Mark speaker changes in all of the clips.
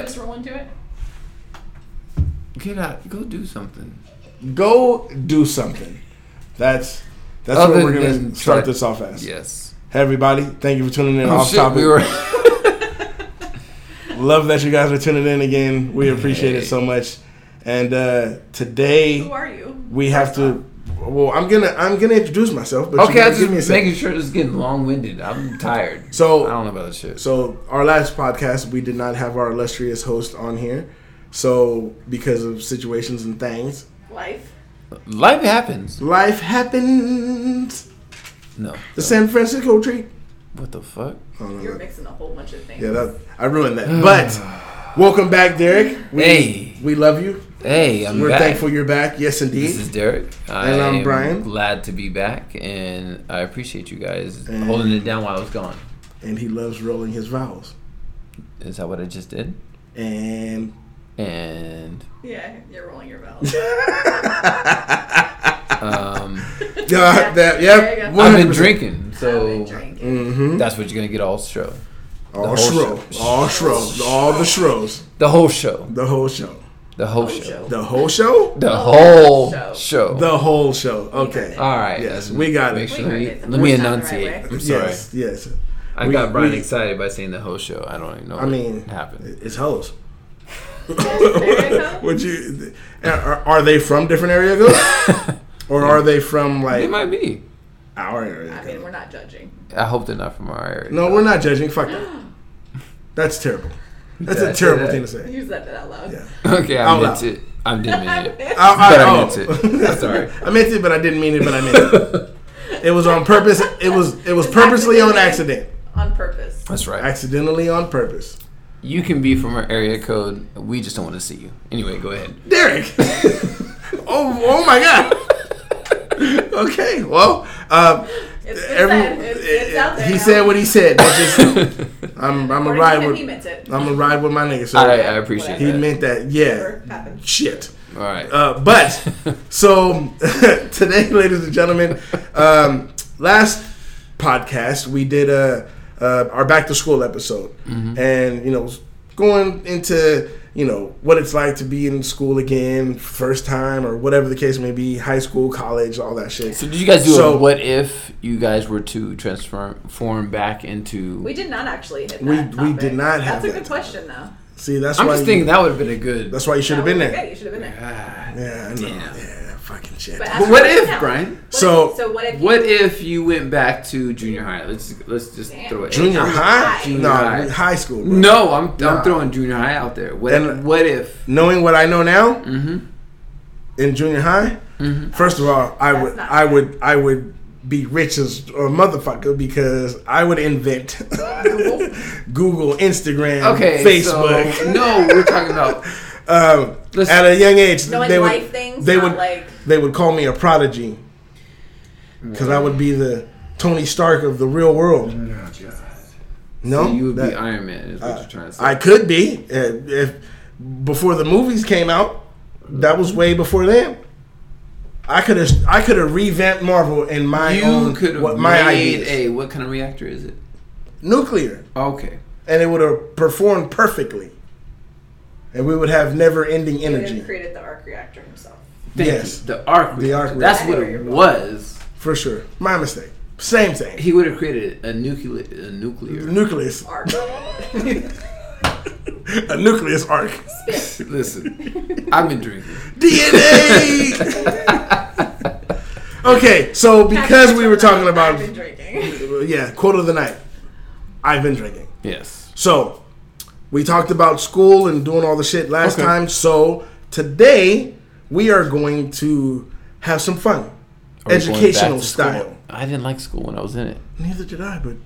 Speaker 1: Just roll into it.
Speaker 2: Get out. Go do something.
Speaker 3: Go do something. That's that's
Speaker 2: Other
Speaker 3: what we're
Speaker 2: than
Speaker 3: gonna start
Speaker 2: try-
Speaker 3: this off as.
Speaker 2: Yes.
Speaker 3: Hey everybody, thank you for tuning in.
Speaker 2: Oh,
Speaker 3: off
Speaker 2: shit,
Speaker 3: topic.
Speaker 2: we were-
Speaker 3: Love that you guys are tuning in again. We appreciate it
Speaker 2: Hey.
Speaker 3: so much. And uh, today
Speaker 1: Who are you?
Speaker 3: we have to. Well, I'm gonna I'm gonna introduce myself. But you
Speaker 2: okay,
Speaker 3: gotta
Speaker 2: I
Speaker 3: give me a
Speaker 2: was just
Speaker 3: second.
Speaker 2: making sure this is getting long winded. I'm tired. I
Speaker 3: So
Speaker 2: don't know about this shit.
Speaker 3: so our last podcast we did not have our illustrious host on here. So because of situations and things,
Speaker 1: Life.
Speaker 2: Life happens.
Speaker 3: life happens.
Speaker 2: No.
Speaker 3: The San Francisco tree.
Speaker 2: What the fuck?
Speaker 3: Oh, no,
Speaker 1: You're
Speaker 3: that-
Speaker 1: mixing a whole bunch of things.
Speaker 3: yeah, that, I ruined that. But welcome back, Derek. We,
Speaker 2: Hey.
Speaker 3: we love you.
Speaker 2: Hey, I'm
Speaker 3: We're
Speaker 2: back.
Speaker 3: thankful you're back. Yes,
Speaker 2: This
Speaker 3: indeed.
Speaker 2: is Derek.
Speaker 3: And I'm
Speaker 2: am
Speaker 3: Brian.
Speaker 2: Glad to be back, and I appreciate you guys
Speaker 3: And-
Speaker 2: holding it down while I was gone.
Speaker 3: And he loves rolling his vowels.
Speaker 2: Is that what I just did?
Speaker 3: And
Speaker 2: And
Speaker 1: Yeah, you're rolling your bells.
Speaker 2: um,
Speaker 3: Yeah, that- yep.
Speaker 1: There you go.
Speaker 2: I've been
Speaker 3: 100%.
Speaker 2: drinking, so
Speaker 1: I've been drinking.
Speaker 3: hmm
Speaker 2: that's what you're gonna get all show,
Speaker 3: all
Speaker 2: whole
Speaker 3: shro,
Speaker 2: show.
Speaker 3: all shro, all the shros,
Speaker 2: the whole show,
Speaker 3: the whole show,
Speaker 2: the whole
Speaker 1: Whole
Speaker 2: show,
Speaker 1: show.
Speaker 3: the whole show,
Speaker 2: the
Speaker 1: The
Speaker 2: whole
Speaker 1: whole show.
Speaker 2: show.
Speaker 3: the whole show. Okay,
Speaker 2: All right.
Speaker 3: Yes,
Speaker 2: let's
Speaker 3: we got
Speaker 2: make
Speaker 3: it.
Speaker 2: sure
Speaker 1: We
Speaker 2: we-
Speaker 1: heard it.
Speaker 2: let me
Speaker 1: We're not the right
Speaker 2: enunciate.
Speaker 1: way.
Speaker 2: I'm sorry.
Speaker 3: Yes, yes.
Speaker 2: I
Speaker 3: We-
Speaker 2: got Brian
Speaker 3: we-
Speaker 2: excited by saying the whole show. I don't even know.
Speaker 3: I mean,
Speaker 2: what happened.
Speaker 3: it's hoes.
Speaker 1: There you go.
Speaker 3: Would you? Are, are they from different area codes, or are they from
Speaker 2: It
Speaker 3: like
Speaker 2: might be.
Speaker 3: our
Speaker 1: I
Speaker 3: area?
Speaker 1: mean,
Speaker 3: Code?
Speaker 1: we're not judging.
Speaker 2: I hope they're not from our area.
Speaker 3: No, we're not judging. Fuck that. That's terrible. That's
Speaker 2: Yeah,
Speaker 3: a
Speaker 2: I said
Speaker 3: terrible
Speaker 2: that.
Speaker 3: thing to say.
Speaker 1: You said that out loud.
Speaker 3: Yeah.
Speaker 2: Okay, I
Speaker 3: Out
Speaker 2: meant
Speaker 3: loud.
Speaker 2: it. I didn't mean it.
Speaker 3: I,
Speaker 2: But
Speaker 3: I,
Speaker 2: I
Speaker 3: oh.
Speaker 2: meant it. I'm sorry.
Speaker 3: I meant it, but I didn't mean it. But I meant it. It was on purpose. It was it was purposely on accident.
Speaker 1: On purpose.
Speaker 2: That's right.
Speaker 3: Accidentally on purpose.
Speaker 2: You can be from our area code. We just don't want to see you. Anyway, go ahead.
Speaker 3: Derek. oh oh my god. Okay. Well, uh,
Speaker 1: It's, it's,
Speaker 3: every,
Speaker 1: said. It's, it's out there.
Speaker 3: he
Speaker 1: now.
Speaker 3: said what he said. That's just- I'm I'm a
Speaker 1: According to
Speaker 3: ride
Speaker 1: him,
Speaker 3: with
Speaker 1: He meant it.
Speaker 3: I'm a ride with my nigga. So
Speaker 2: I, I appreciate
Speaker 3: he
Speaker 2: that.
Speaker 3: meant that.
Speaker 1: Whatever
Speaker 3: Yeah.
Speaker 1: happened.
Speaker 3: Shit.
Speaker 2: All right.
Speaker 3: Uh, but so today, ladies and gentlemen, um, last podcast we did uh, uh, our back to school episode,
Speaker 2: Mm-hmm.
Speaker 3: and you know, going into you know what it's like to be in school again, first time or whatever the case may be, high school, college, all that shit.
Speaker 2: so did you guys do
Speaker 3: so-
Speaker 2: a what if you guys were to transform form back into?
Speaker 1: We did not actually hit that.
Speaker 3: We- we
Speaker 1: topic.
Speaker 3: did not have
Speaker 1: That's a
Speaker 3: that
Speaker 1: good question, though.
Speaker 3: See, that's
Speaker 2: I'm
Speaker 3: why
Speaker 2: just
Speaker 3: you,
Speaker 2: thinking that would have been a good.
Speaker 3: that's why you should have been
Speaker 1: Yeah,
Speaker 3: there.
Speaker 1: you should have been there.
Speaker 2: Ah.
Speaker 3: Yeah, I know.
Speaker 2: Damn.
Speaker 3: Yeah, fucking shit.
Speaker 1: But
Speaker 2: But
Speaker 1: ask
Speaker 2: what
Speaker 1: her
Speaker 2: if,
Speaker 1: now.
Speaker 2: Brian?
Speaker 1: What
Speaker 3: So-
Speaker 1: if, so what if?
Speaker 2: What
Speaker 1: you-
Speaker 2: if you went back to junior high? Let's let's just
Speaker 1: Damn.
Speaker 2: throw it.
Speaker 3: Junior
Speaker 1: Junior
Speaker 3: high?
Speaker 1: high.
Speaker 2: Junior
Speaker 3: no,
Speaker 2: high.
Speaker 3: high school. Bro.
Speaker 2: No, I'm
Speaker 3: Nah.
Speaker 2: I'm throwing junior high out there. What
Speaker 3: Then-
Speaker 2: what if?
Speaker 3: Knowing what I know now,
Speaker 2: hmm
Speaker 3: in junior high,
Speaker 2: Mhm.
Speaker 3: first of all, I
Speaker 1: That's
Speaker 3: would
Speaker 1: not
Speaker 3: I
Speaker 1: good.
Speaker 3: would I would be rich as a motherfucker because I would invent
Speaker 1: Google?
Speaker 3: Google, Instagram,
Speaker 2: Okay,
Speaker 3: Facebook.
Speaker 2: So, no, we're talking about
Speaker 3: um,
Speaker 2: Let's-
Speaker 3: at a young age,
Speaker 1: knowing
Speaker 3: they
Speaker 1: life
Speaker 3: would
Speaker 1: things,
Speaker 3: they
Speaker 1: not
Speaker 3: would
Speaker 1: like
Speaker 3: they would call me a prodigy because I would be the Tony Stark of the real world. No,
Speaker 2: Oh so you would
Speaker 3: that-
Speaker 2: be Iron Man. Is what you're trying to say?
Speaker 3: I could be uh, if before the movies came out. That was way before then. I could have I could have revamped Marvel in my
Speaker 2: you
Speaker 3: own
Speaker 2: could have
Speaker 3: what
Speaker 2: made
Speaker 3: my ideas.
Speaker 2: a what kind of reactor is it?
Speaker 3: nuclear,
Speaker 2: Okay.
Speaker 3: and it would have performed perfectly, and we would have never-ending
Speaker 1: he
Speaker 3: energy
Speaker 1: created the arc reactor himself.
Speaker 2: Thank
Speaker 3: Yes.
Speaker 2: You. The arc.
Speaker 3: The
Speaker 2: The
Speaker 3: arc
Speaker 2: arc. That's what
Speaker 1: reactor.
Speaker 2: it was.
Speaker 3: for sure. My mistake. Same thing.
Speaker 2: He would have created a nuclear a nuclear.
Speaker 3: Nucleus,
Speaker 1: Arc.
Speaker 3: a nucleus arc.
Speaker 1: Spit.
Speaker 2: Listen, I've been drinking.
Speaker 3: DNA. okay, so because we were talking
Speaker 1: I've
Speaker 3: about
Speaker 1: been drinking.
Speaker 3: yeah, quote of the night. I've been drinking.
Speaker 2: Yes.
Speaker 3: So, we talked about school and doing all the shit last
Speaker 2: Okay.
Speaker 3: time. So, today we are going to have some
Speaker 2: Are we
Speaker 3: fun.
Speaker 2: going back
Speaker 3: Educational
Speaker 2: to school?
Speaker 3: style.
Speaker 2: I didn't like school when I was in it.
Speaker 3: Neither did I, but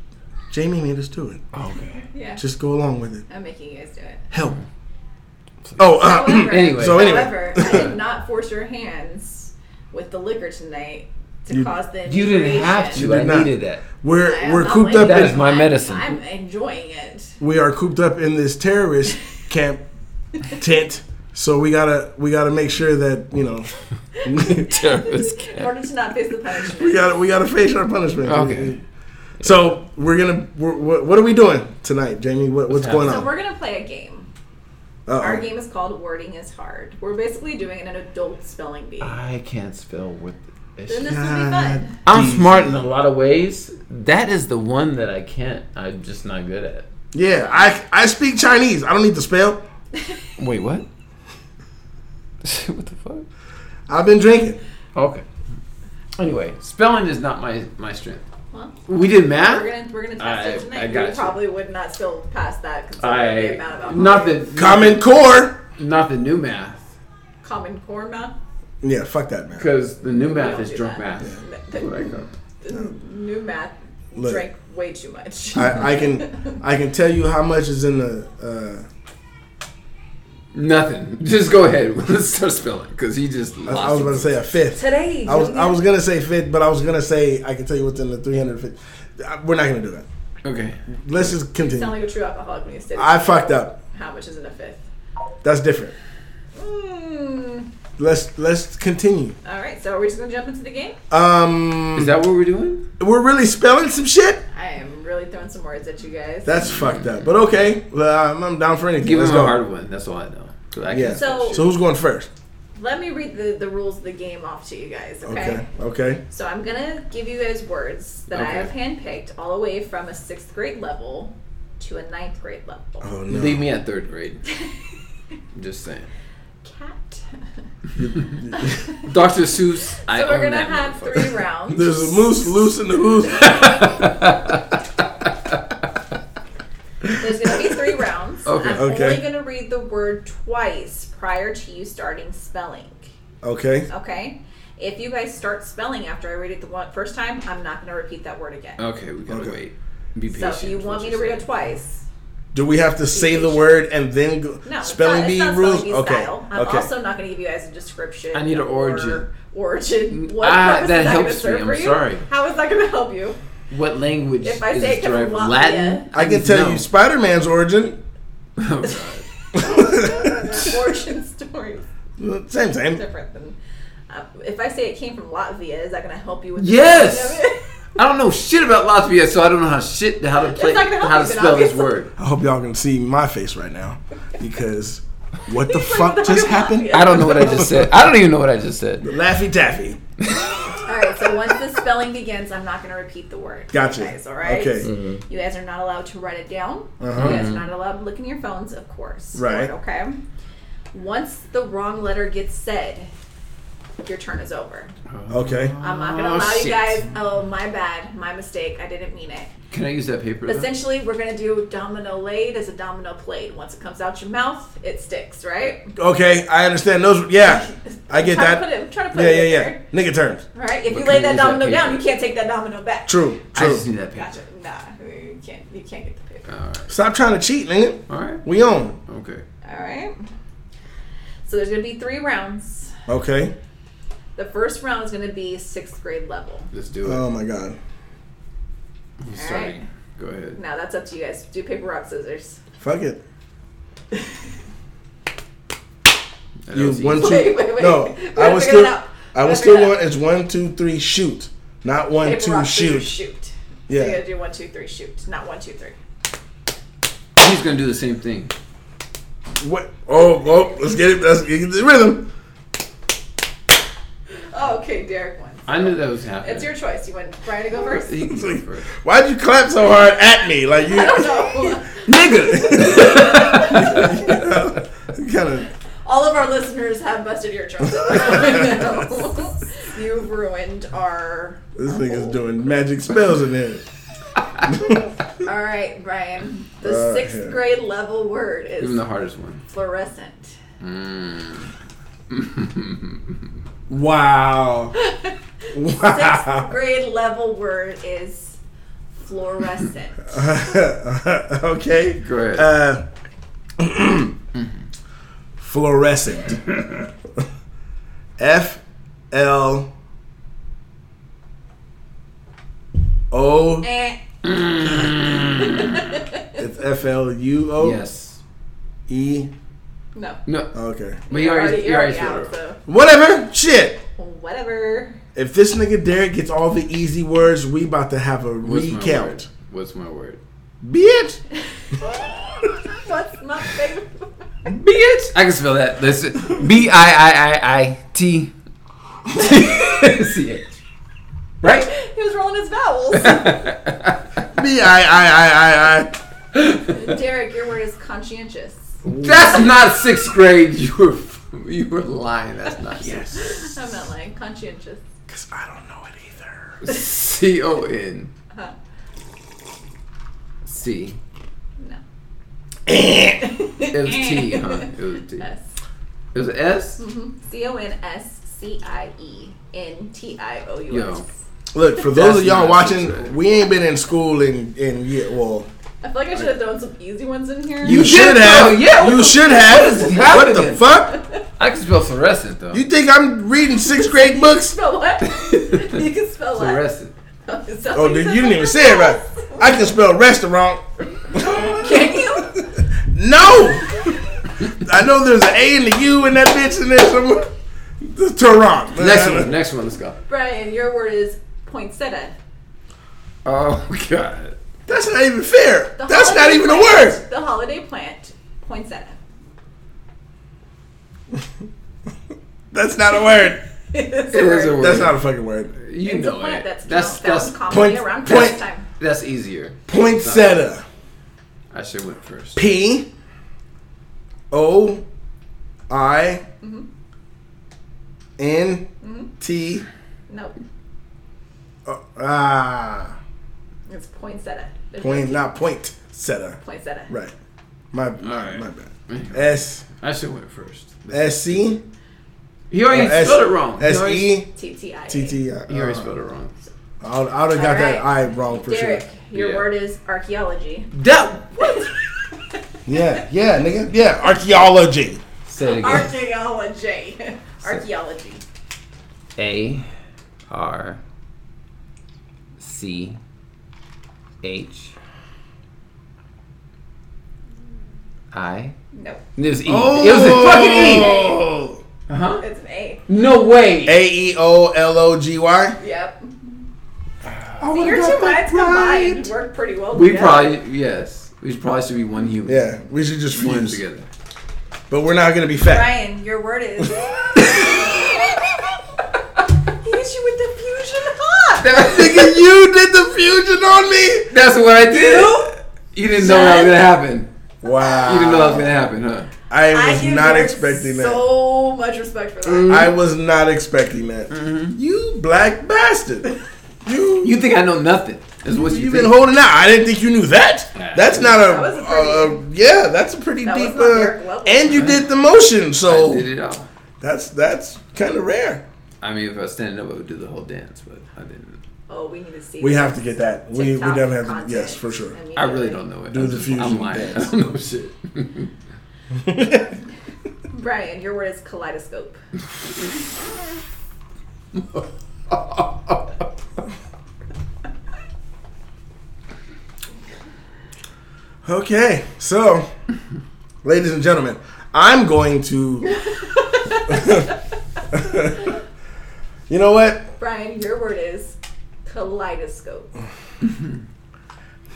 Speaker 3: Jamie made us do it.
Speaker 2: Okay.
Speaker 1: Yeah.
Speaker 3: Just go along with it.
Speaker 1: I'm making you guys do it.
Speaker 3: Help. Oh, uh,
Speaker 1: However,
Speaker 2: Anyway.
Speaker 3: So anyway.
Speaker 1: however, I did not force your hands with the liquor tonight to
Speaker 3: You-
Speaker 1: cause the.
Speaker 2: You didn't have
Speaker 1: inebriation.
Speaker 2: to.
Speaker 3: did
Speaker 2: I
Speaker 3: not.
Speaker 2: needed that.
Speaker 1: I
Speaker 3: we're
Speaker 1: am
Speaker 3: we're
Speaker 1: not
Speaker 3: cooped
Speaker 1: like
Speaker 3: up
Speaker 2: That
Speaker 3: in
Speaker 2: is my
Speaker 1: I'm-
Speaker 2: medicine.
Speaker 1: I'm enjoying it.
Speaker 3: we are cooped up in this terrorist camp tent. So we gotta we gotta make sure that you know
Speaker 2: Terrorist
Speaker 1: In order to not face the punishment.
Speaker 3: we gotta we gotta face our punishment.
Speaker 2: Okay.
Speaker 3: So we're gonna we're, what- what are we doing tonight, Jamie? What, what's going
Speaker 2: happening?
Speaker 1: So
Speaker 3: on?
Speaker 1: we're gonna play a game.
Speaker 3: Uh-oh.
Speaker 1: Our game is called Wording is Hard. We're basically doing an adult spelling bee.
Speaker 3: Ah,
Speaker 2: I can't spell with.
Speaker 1: Then this will be fun.
Speaker 2: I'm
Speaker 3: Jeez.
Speaker 2: smart in a lot of ways. That is the one that I can't. I'm just not good at.
Speaker 3: Yeah, I I speak Chinese. I don't need to spell.
Speaker 2: Wait, what? what the fuck?
Speaker 3: I've been drinking.
Speaker 2: Okay. Anyway, spelling is not my my strength.
Speaker 1: Well,
Speaker 2: We did
Speaker 3: Ah.
Speaker 1: we're
Speaker 2: math.
Speaker 1: gonna we're gonna test
Speaker 2: I-
Speaker 1: it tonight.
Speaker 2: I got
Speaker 1: you
Speaker 2: you.
Speaker 1: probably would not still pass that considering the
Speaker 2: I
Speaker 1: amount of alcohol.
Speaker 2: not the
Speaker 3: Common core.
Speaker 2: not the new math
Speaker 1: common core math.
Speaker 3: Yeah, fuck that man.
Speaker 2: because the new math
Speaker 1: don't
Speaker 2: is
Speaker 1: do
Speaker 2: drunk
Speaker 1: that.
Speaker 2: math.
Speaker 1: The-
Speaker 2: That's what I call.
Speaker 1: the New math
Speaker 3: Look.
Speaker 1: drank way too much.
Speaker 3: I, I can I can tell you how much is in the. uh,
Speaker 2: Nothing. Just go ahead. Let's start spelling because he just
Speaker 3: Uh, I,
Speaker 2: lost.
Speaker 3: I was
Speaker 2: it.
Speaker 3: gonna say a fifth.
Speaker 1: Today,
Speaker 3: I was I was gonna say fifth, but I was gonna say I can tell you what's in the three hundred fifty. We're not gonna do that.
Speaker 2: Okay.
Speaker 3: Let's just
Speaker 1: you sound
Speaker 3: continue.
Speaker 1: like a true alcoholic when you say
Speaker 3: I fucked up.
Speaker 1: how much is in a fifth.
Speaker 3: That's different.
Speaker 1: Mm.
Speaker 3: Let's let's continue.
Speaker 1: All right, so are we just gonna jump into the game?
Speaker 3: Um,
Speaker 2: Is that what we're doing?
Speaker 3: we're really spelling some shit.
Speaker 1: I am really throwing some words at you guys.
Speaker 3: That's fucked up. But okay, well, I'm, I'm down for anything.
Speaker 2: Give him
Speaker 3: Let's
Speaker 2: a
Speaker 3: go.
Speaker 2: hard one. That's all I know. 'Cause I
Speaker 3: Yeah.
Speaker 2: can't spell
Speaker 1: So-
Speaker 2: shit.
Speaker 3: So who's going first?
Speaker 1: Let me read the, the rules of the game off to you guys,
Speaker 3: Okay. Okay.
Speaker 1: So I'm gonna give you guys words that I
Speaker 2: Okay.
Speaker 1: have handpicked all the way from a sixth grade level to a ninth grade level.
Speaker 3: Oh
Speaker 2: You
Speaker 3: no.
Speaker 2: Leave me at third grade. I'm just saying.
Speaker 1: Cat.
Speaker 2: Dr. Seuss. I
Speaker 1: so we're
Speaker 2: own
Speaker 1: gonna
Speaker 2: that
Speaker 1: have
Speaker 2: motherfucker.
Speaker 1: three rounds.
Speaker 3: There's a moose loose in the hoose.
Speaker 1: There's gonna be three rounds.
Speaker 2: Okay.
Speaker 1: I'm
Speaker 3: Okay.
Speaker 1: only gonna read the word twice prior to you starting spelling.
Speaker 3: Okay.
Speaker 1: Okay. If you guys start spelling after I read it the one first time, I'm not gonna repeat that word again.
Speaker 2: Okay, we gotta
Speaker 3: Okay.
Speaker 2: wait. Be
Speaker 1: so
Speaker 2: patient.
Speaker 1: if you
Speaker 2: is
Speaker 1: want
Speaker 2: what
Speaker 1: me to
Speaker 2: you're
Speaker 1: read it
Speaker 2: saying.
Speaker 1: twice,
Speaker 3: Do we have to say the word and then go?
Speaker 1: No, it's
Speaker 3: spelling
Speaker 1: not-
Speaker 3: bee
Speaker 1: it's not
Speaker 3: rules.
Speaker 1: Spelling bee
Speaker 3: okay.
Speaker 1: Style. I'm
Speaker 3: okay.
Speaker 1: also not going to give you guys a description.
Speaker 2: I need an
Speaker 1: or
Speaker 2: origin.
Speaker 1: Origin. What
Speaker 2: Ah,
Speaker 1: purpose
Speaker 2: that
Speaker 1: is
Speaker 2: helps
Speaker 1: gonna serve
Speaker 2: me.
Speaker 1: for
Speaker 2: I'm
Speaker 1: you?
Speaker 2: sorry.
Speaker 1: How is that going to help you?
Speaker 2: What language
Speaker 1: If I
Speaker 2: is
Speaker 1: say
Speaker 2: this
Speaker 1: it comes
Speaker 2: derived?
Speaker 1: from Latvia-
Speaker 2: Latin?
Speaker 3: I can tell you Spider Man's origin.
Speaker 2: Oh, God.
Speaker 1: origin stories
Speaker 3: same, same.
Speaker 1: different than. Uh, if I say it came from Latvia, is that going to help you with? the
Speaker 2: Yes!
Speaker 1: spelling of it?
Speaker 2: I don't know shit about Latvia, so I don't know how shit how to play
Speaker 1: not gonna help
Speaker 2: how
Speaker 1: you,
Speaker 2: to
Speaker 1: then,
Speaker 2: spell this
Speaker 1: obviously.
Speaker 2: word.
Speaker 3: I hope y'all can see my face right now because what the
Speaker 1: He's like,
Speaker 3: fuck
Speaker 1: "What the hell is
Speaker 3: just happened?
Speaker 1: Latvia?"
Speaker 2: I don't know what I just said. I don't even know what I just said.
Speaker 3: Laffy Taffy.
Speaker 1: all right. So once the spelling begins, I'm not going to repeat the word.
Speaker 3: Gotcha.
Speaker 1: Guys, all right.
Speaker 3: Okay.
Speaker 2: Mm-hmm.
Speaker 1: You guys are not allowed to write it down.
Speaker 3: Uh-huh.
Speaker 1: You guys are not allowed to look in your phones, of course.
Speaker 3: Right.
Speaker 1: Okay. Once the wrong letter gets said, your turn is over.
Speaker 3: Okay.
Speaker 1: I'm not
Speaker 2: Oh,
Speaker 1: gonna allow
Speaker 2: shit.
Speaker 1: you guys. Oh, my bad, my mistake. I didn't mean it.
Speaker 2: Can I use that paper? though?
Speaker 1: Essentially, we're gonna do domino laid as a domino played. Once it comes out your mouth, it sticks, right?
Speaker 3: Okay. I understand those. Yeah. I get
Speaker 1: Try to put
Speaker 3: that.
Speaker 1: it. I'm trying to put
Speaker 3: Yeah, yeah,
Speaker 1: it. in
Speaker 3: yeah.
Speaker 1: there,
Speaker 3: Nigga terms.
Speaker 1: Right. If
Speaker 2: But
Speaker 1: you
Speaker 2: can
Speaker 1: lay
Speaker 2: you
Speaker 1: that
Speaker 2: use that
Speaker 1: domino down,
Speaker 2: paper?
Speaker 1: you can't take that domino back.
Speaker 3: True.
Speaker 2: I
Speaker 3: True.
Speaker 2: just need that paper.
Speaker 1: Gotcha. Nah, you can't. You can't get the paper.
Speaker 2: All right.
Speaker 3: Stop trying to cheat, nigga.
Speaker 2: All right.
Speaker 3: We on.
Speaker 2: Okay.
Speaker 1: All right. So there's gonna be three rounds.
Speaker 3: Okay.
Speaker 1: The first round is going to be sixth grade level.
Speaker 2: Let's do it.
Speaker 3: Oh my god.
Speaker 2: He's
Speaker 1: all
Speaker 2: starting. Go ahead.
Speaker 1: Now that's up to you guys. Do paper, rock, scissors.
Speaker 3: Fuck it.
Speaker 2: That
Speaker 3: You
Speaker 2: was
Speaker 3: one
Speaker 2: easy.
Speaker 3: two.
Speaker 1: Wait, wait, wait.
Speaker 3: No,
Speaker 1: We gotta
Speaker 3: I was
Speaker 1: figure it
Speaker 3: still.
Speaker 1: out.
Speaker 3: I
Speaker 1: We
Speaker 3: was
Speaker 1: gotta
Speaker 3: still
Speaker 1: figure it
Speaker 3: going. It's one two three shoot, not one
Speaker 1: Paper,
Speaker 3: two
Speaker 1: rock,
Speaker 3: shoot.
Speaker 1: scissors, shoot.
Speaker 3: Yeah.
Speaker 1: So you gotta do one, two, three, shoot. Not one, two, three.
Speaker 2: He's gonna do the same thing.
Speaker 3: What? Oh, oh, let's get it. Let's get the rhythm.
Speaker 1: Oh, okay, Derek won.
Speaker 2: I knew that was happening.
Speaker 1: It's your choice. You want Brian to go first?
Speaker 2: He can go first.
Speaker 3: Why'd you clap so hard at me? Like you,
Speaker 1: I don't know.
Speaker 3: nigga. kind of.
Speaker 1: All of our listeners have busted your choice. No. You've ruined our.
Speaker 3: This nigga's doing magic spells in there.
Speaker 1: All right, Brian. The
Speaker 3: Right
Speaker 1: sixth
Speaker 3: here.
Speaker 1: grade level word
Speaker 2: Give him
Speaker 1: is
Speaker 2: the hardest one. Mm.
Speaker 1: fluorescent.
Speaker 3: Wow.
Speaker 1: Sixth
Speaker 3: Wow.
Speaker 1: grade level word is fluorescent.
Speaker 3: okay.
Speaker 2: Go ahead.
Speaker 3: Uh, fluorescent. F L O.
Speaker 1: Eh.
Speaker 2: Mm.
Speaker 3: It's F L U O
Speaker 2: yes.
Speaker 3: E.
Speaker 1: no.
Speaker 2: No.
Speaker 3: Okay.
Speaker 2: But you already, you already said it.
Speaker 1: so
Speaker 3: Whatever. Shit.
Speaker 1: whatever.
Speaker 3: If this nigga Derek gets all the easy words, we about to have a
Speaker 2: What's my
Speaker 3: recount.
Speaker 2: word? What's my word?
Speaker 3: Bitch.
Speaker 1: What's my favorite?
Speaker 2: Bitch. I can spell that. That's B I I I I T T C H. Right?
Speaker 1: He was rolling his vowels.
Speaker 3: B I I I I I.
Speaker 1: Derek, your word is conscientious.
Speaker 2: That's not sixth grade. You were you were lying. That's not
Speaker 3: Yes.
Speaker 1: I'm not lying. Conscientious.
Speaker 3: Because I don't know it either.
Speaker 2: C O N
Speaker 1: Huh.
Speaker 2: C.
Speaker 1: No.
Speaker 2: It was T, huh? It was T. It
Speaker 1: S.
Speaker 2: was S.
Speaker 1: Mm-hmm. C O N S C I E N T I O U
Speaker 2: Yo.
Speaker 1: S.
Speaker 3: Look, for those of
Speaker 2: That's
Speaker 3: y'all
Speaker 2: not
Speaker 3: watching,
Speaker 2: right.
Speaker 3: we ain't been in school in in year. Well,
Speaker 1: I feel like I should have thrown some easy ones in here.
Speaker 2: You
Speaker 3: should
Speaker 2: did,
Speaker 3: have.
Speaker 2: though. Yeah,
Speaker 3: you
Speaker 2: what the-
Speaker 3: should
Speaker 2: what is
Speaker 3: have. What the
Speaker 2: happening?
Speaker 3: fuck?
Speaker 2: I can spell fluorescent though.
Speaker 3: You think I'm reading sixth grade books?
Speaker 1: spell what? you can spell what?
Speaker 2: fluorescent.
Speaker 3: Oh, dude, you didn't even say it right. I can spell restaurant.
Speaker 1: Can you?
Speaker 3: No. I know there's an A and a U in that bitch in there somewhere. The Toronto.
Speaker 2: Next one. Next one. Let's go.
Speaker 1: Brian, your word is poinsettia.
Speaker 2: Oh God.
Speaker 3: That's not even fair.
Speaker 1: The
Speaker 3: That's not
Speaker 1: holiday
Speaker 3: even a
Speaker 1: plant-
Speaker 3: word.
Speaker 1: The holiday plant, poinsettia.
Speaker 3: That's not a word.
Speaker 1: It's
Speaker 2: It is a word.
Speaker 3: That's not a fucking word.
Speaker 2: You
Speaker 1: It's a
Speaker 2: know
Speaker 1: plant
Speaker 2: it.
Speaker 1: that's
Speaker 2: that's
Speaker 1: that's,
Speaker 2: that's
Speaker 1: commonly
Speaker 3: point-
Speaker 1: around
Speaker 3: point-
Speaker 1: Christmas time.
Speaker 2: that's easier.
Speaker 3: Poinsettia.
Speaker 2: I should went first.
Speaker 3: P O I N T
Speaker 1: Nope,
Speaker 3: uh, ah
Speaker 1: it's poinsettia. There's no
Speaker 3: point not point setta
Speaker 1: poinsettia.
Speaker 3: right my my,
Speaker 2: Alright.
Speaker 3: my bad S
Speaker 2: I should went first.
Speaker 3: S C
Speaker 2: He already
Speaker 3: S
Speaker 2: spelled it wrong. He
Speaker 3: S
Speaker 2: already-
Speaker 3: E
Speaker 1: T T I. A.
Speaker 3: T T I
Speaker 2: He already spelled it wrong.
Speaker 3: I would have got that I
Speaker 1: Alright.
Speaker 3: wrong for
Speaker 1: Derek,
Speaker 3: sure
Speaker 1: your
Speaker 2: Yeah.
Speaker 1: word is archaeology.
Speaker 2: That
Speaker 3: yeah yeah nigga yeah archaeology
Speaker 2: Say it again.
Speaker 1: archaeology. archaeology.
Speaker 2: A R C H I.
Speaker 1: Nope,
Speaker 2: It was E. It was a fucking E. Uh-huh.
Speaker 1: it's an A.
Speaker 2: No way.
Speaker 3: A E O L O G Y
Speaker 1: Yep.
Speaker 3: I
Speaker 1: See,
Speaker 3: would've
Speaker 1: your
Speaker 3: got
Speaker 1: two
Speaker 3: that
Speaker 1: minds combined
Speaker 3: right.
Speaker 1: work pretty well.
Speaker 2: we
Speaker 1: together.
Speaker 2: probably yes. We probably should be one human.
Speaker 3: yeah we should just
Speaker 2: One
Speaker 3: fuse
Speaker 2: together.
Speaker 3: but we're not gonna be fat
Speaker 1: Brian, your word is. He hit you with the fusion hot.
Speaker 3: nigga you did the fusion on me
Speaker 2: That's what I did. You didn't know that was gonna happen.
Speaker 3: wow
Speaker 2: You didn't know that was
Speaker 3: Ah.
Speaker 2: gonna happen, huh?
Speaker 3: I was
Speaker 1: give
Speaker 3: not
Speaker 1: her
Speaker 3: expecting that. Mm.
Speaker 1: So much respect for that.
Speaker 3: I was not expecting that. You black bastard. You
Speaker 2: Mm-hmm. You think I know nothing? Is what you,
Speaker 3: you've
Speaker 2: think.
Speaker 3: been holding out. I didn't think you knew that.
Speaker 2: Nah.
Speaker 3: That's not
Speaker 1: That was
Speaker 3: a,
Speaker 1: a pretty-
Speaker 3: uh, yeah. That's a pretty
Speaker 1: That was
Speaker 3: deep.
Speaker 1: not your
Speaker 3: Uh,
Speaker 1: level.
Speaker 3: and you did the motion,
Speaker 2: I
Speaker 3: so
Speaker 2: did it all.
Speaker 3: that's that's kind of rare.
Speaker 2: I mean, if I was standing up, I would do the whole dance, but I didn't.
Speaker 1: Oh, we need to see.
Speaker 3: We
Speaker 1: this
Speaker 3: have to get that. We we
Speaker 1: TikTok
Speaker 3: definitely have to.
Speaker 1: content
Speaker 3: Yes, for sure.
Speaker 1: immediately.
Speaker 2: I really don't know it.
Speaker 3: Do
Speaker 2: I'm
Speaker 3: the
Speaker 2: just-
Speaker 3: fusion
Speaker 2: I'm lying.
Speaker 3: dance.
Speaker 2: I don't know shit.
Speaker 1: Brian, your word is kaleidoscope.
Speaker 3: Okay, so, ladies and gentlemen, I'm going to. you know what?
Speaker 1: Brian, your word is kaleidoscope.
Speaker 2: you don't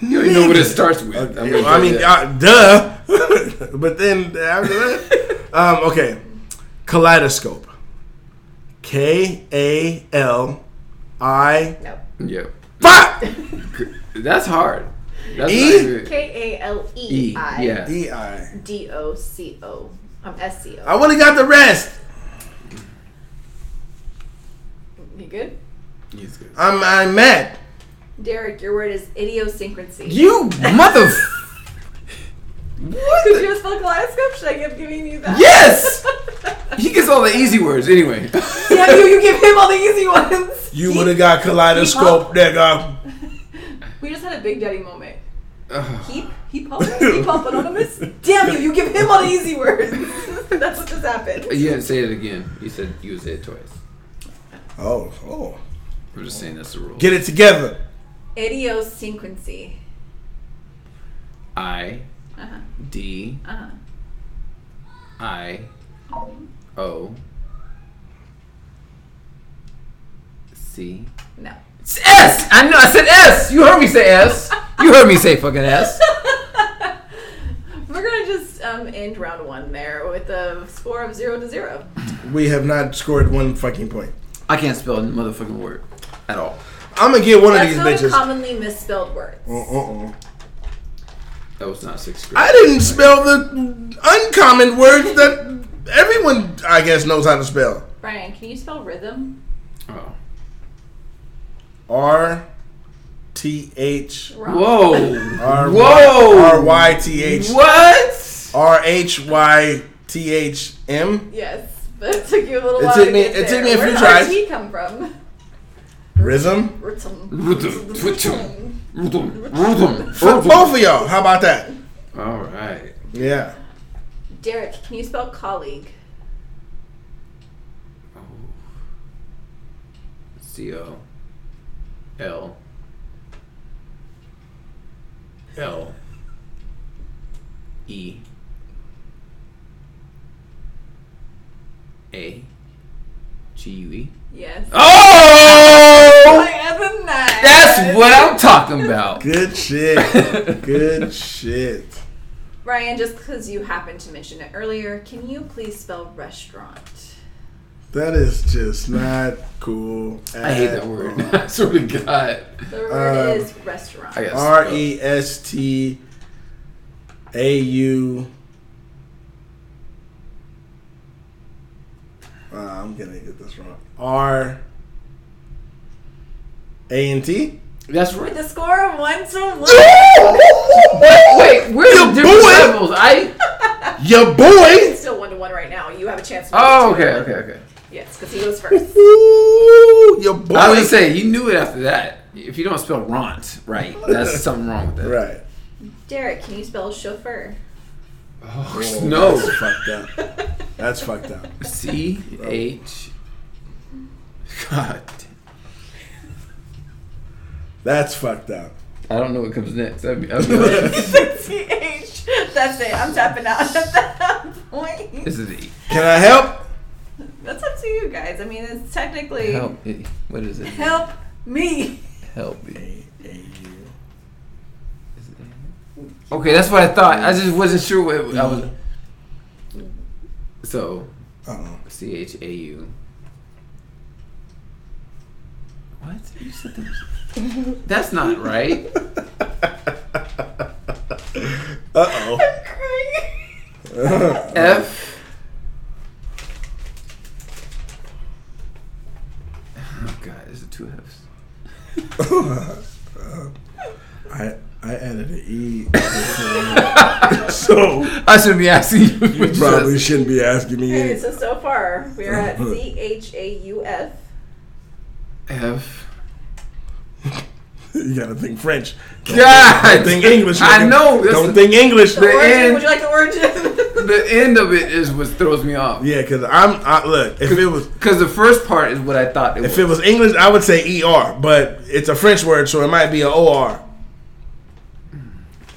Speaker 2: even know what it starts with.
Speaker 3: Okay,
Speaker 2: gonna
Speaker 3: I
Speaker 2: tell
Speaker 3: mean,
Speaker 2: you that.
Speaker 3: uh, duh. but then after that, um, okay, kaleidoscope. K A L I.
Speaker 1: No.
Speaker 2: yeah,
Speaker 3: Fuck.
Speaker 2: that's hard. That's
Speaker 3: E?
Speaker 2: not even-
Speaker 1: K A L E
Speaker 2: E,
Speaker 1: I
Speaker 2: yeah.
Speaker 3: E I.
Speaker 1: D O C O. Um, S C
Speaker 3: I
Speaker 1: O.
Speaker 3: would have got the rest.
Speaker 1: You good?
Speaker 2: He's good.
Speaker 3: I'm I'm mad.
Speaker 1: Derek, your word is idiosyncrasy.
Speaker 2: You mother.
Speaker 1: Did you spell kaleidoscope? Should I give giving you that?
Speaker 2: yes. He gets all the easy words anyway.
Speaker 1: yeah, you, you give him all the easy ones.
Speaker 3: You would have got kaleidoscope, nigga.
Speaker 1: We just had a big daddy moment.
Speaker 2: Ugh.
Speaker 1: Heap, heap up, heap up, anonymous. Damn you! You give him all the easy words. That's what just happened.
Speaker 2: you didn't say it again. You said you would say it twice.
Speaker 3: Oh oh.
Speaker 2: I'm just saying that's the rule.
Speaker 3: Get it together.
Speaker 1: Idiosyncrasy.
Speaker 2: I
Speaker 1: Uh-huh.
Speaker 2: D
Speaker 1: Uh-huh.
Speaker 2: I O C
Speaker 1: No.
Speaker 2: It's S. I know. I said S. You heard me say S. You heard me say fucking S.
Speaker 1: We're gonna just um, end round one there with a score of zero to zero.
Speaker 3: We have not scored one fucking point.
Speaker 2: I can't spell a motherfucking word at all.
Speaker 3: I'm gonna get one
Speaker 1: That's
Speaker 3: of
Speaker 1: not
Speaker 3: these
Speaker 1: a
Speaker 3: bitches.
Speaker 1: commonly misspelled words.
Speaker 3: Uh-uh.
Speaker 2: That was not sixth grade.
Speaker 3: I didn't spell the uncommon words that everyone, I guess, knows how to spell.
Speaker 1: Brian, can you spell rhythm?
Speaker 2: Oh.
Speaker 3: R T H
Speaker 1: Wrong.
Speaker 2: Whoa.
Speaker 3: R
Speaker 2: Whoa.
Speaker 3: R Y T H
Speaker 2: What?
Speaker 3: R H Y T H M
Speaker 1: Yes, but it took you a little
Speaker 3: It
Speaker 1: while
Speaker 3: took
Speaker 1: to
Speaker 3: me-
Speaker 1: get
Speaker 3: it took
Speaker 1: there.
Speaker 3: me a
Speaker 1: Where did
Speaker 3: few tries.
Speaker 1: RT come from?
Speaker 3: rhythm
Speaker 1: Rhythm.
Speaker 2: Rhythm. Rhythm. Rhythm.
Speaker 3: for both of y'all. How about that?
Speaker 2: All right.
Speaker 3: Yeah.
Speaker 1: Derek, can you spell colleague?
Speaker 2: C O L L E A G U E.
Speaker 1: Yes.
Speaker 2: Oh!
Speaker 1: Other than that,
Speaker 2: That's what I'm talking about.
Speaker 3: Good shit. Good shit.
Speaker 1: Brian, just because you happened to mention it earlier, can you please spell restaurant?
Speaker 3: That is just not cool.
Speaker 2: I hate
Speaker 3: at
Speaker 2: that word.
Speaker 3: all.
Speaker 2: I swear to God.
Speaker 1: The word
Speaker 3: Um,
Speaker 1: is restaurant.
Speaker 2: I got
Speaker 3: R E S T A U. Uh, I'm gonna get this wrong. R A N T.
Speaker 2: That's
Speaker 1: With
Speaker 2: right.
Speaker 1: a score of one to one.
Speaker 2: Wait, where's the
Speaker 3: Your
Speaker 2: different
Speaker 3: boy.
Speaker 2: levels? I.
Speaker 3: Your boy.
Speaker 1: It's still one to one right now. You have a chance. to
Speaker 2: Oh,
Speaker 1: go to
Speaker 2: okay,
Speaker 1: it.
Speaker 2: okay, okay.
Speaker 1: Yes, because he goes first.
Speaker 3: Ooh, your boy.
Speaker 2: I was gonna say you knew it after that. If you don't spell "rant" right, that's something wrong with that.
Speaker 3: Right.
Speaker 1: Derek, can you spell chauffeur?
Speaker 2: Oh,
Speaker 3: Whoa,
Speaker 2: no.
Speaker 3: That's fucked up. That's fucked up.
Speaker 2: C H. God.
Speaker 3: That's fucked up.
Speaker 2: I don't know what comes next. I'd be, I'd be like,
Speaker 1: C-H. That's it. I'm tapping out at that point.
Speaker 2: this is E.
Speaker 3: Can I help?
Speaker 1: That's up to you guys. I mean, it's technically
Speaker 2: Help me. What is it?
Speaker 1: help me.
Speaker 2: Help me.
Speaker 3: A A U.
Speaker 2: Is it A? Okay, that's what I thought. I just wasn't sure what it, I was. Mm-hmm. So
Speaker 3: Uh-oh.
Speaker 2: C H A U. What you said? That was- that's not right.
Speaker 3: Uh oh.
Speaker 2: F. Oh god, is it two F's?
Speaker 3: I I added an E, so
Speaker 2: I shouldn't be asking you. what
Speaker 3: you
Speaker 2: you
Speaker 3: probably
Speaker 2: said.
Speaker 3: shouldn't be asking me.
Speaker 1: Okay,
Speaker 3: Any.
Speaker 1: so so far we're at
Speaker 3: Uh-huh.
Speaker 1: C H A U F.
Speaker 2: F.
Speaker 3: You gotta think French. Don't,
Speaker 2: God,
Speaker 3: don't think English.
Speaker 2: I
Speaker 3: nigga.
Speaker 2: know. That's
Speaker 3: Don't
Speaker 2: the,
Speaker 3: think English.
Speaker 1: The origin.
Speaker 2: end.
Speaker 1: Would you like the origin?
Speaker 2: the end of it is what throws me off.
Speaker 3: Yeah, because I'm. I, look, if it was
Speaker 2: Because the first part is what I thought it
Speaker 3: if
Speaker 2: was.
Speaker 3: it was English, I would say er, but it's a French word, so it might be a or.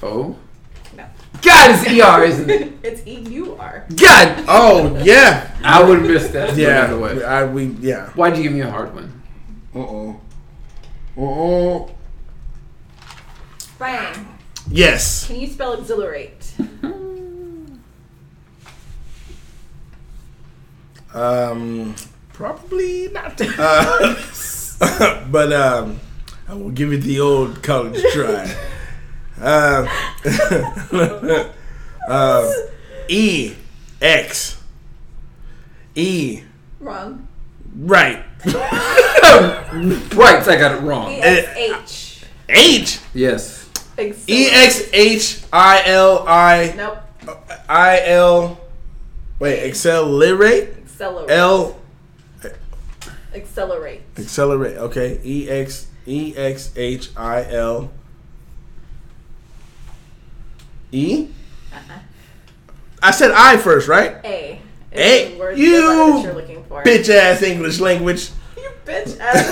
Speaker 2: oh.
Speaker 1: no,
Speaker 2: God, it's ER, isn't it?
Speaker 1: it's E U R.
Speaker 2: God!
Speaker 3: Oh yeah,
Speaker 2: I would have missed that.
Speaker 3: yeah.
Speaker 2: either way.
Speaker 3: I we yeah.
Speaker 2: Why'd you give me a hard one?
Speaker 3: Uh oh. Uh oh.
Speaker 1: Brian,
Speaker 3: Yes.
Speaker 1: can you spell exhilarate?
Speaker 3: Um, probably not. Uh, but um, I will give it the old college try. Uh, um, e X E
Speaker 1: Wrong.
Speaker 3: right
Speaker 2: right, I got it
Speaker 1: E
Speaker 2: wrong.
Speaker 1: S H.
Speaker 3: H
Speaker 2: Yes.
Speaker 3: E X H I L I
Speaker 1: Nope.
Speaker 3: I L. Wait, accelerate
Speaker 1: Accelerate.
Speaker 3: L
Speaker 1: Accelerate.
Speaker 3: accelerate. Okay, E X E X H I L E. I said I first, right?
Speaker 1: A. is
Speaker 3: A.
Speaker 1: the word
Speaker 3: You
Speaker 1: that you're looking for.
Speaker 3: Bitch ass English language.
Speaker 1: You bitch. ass.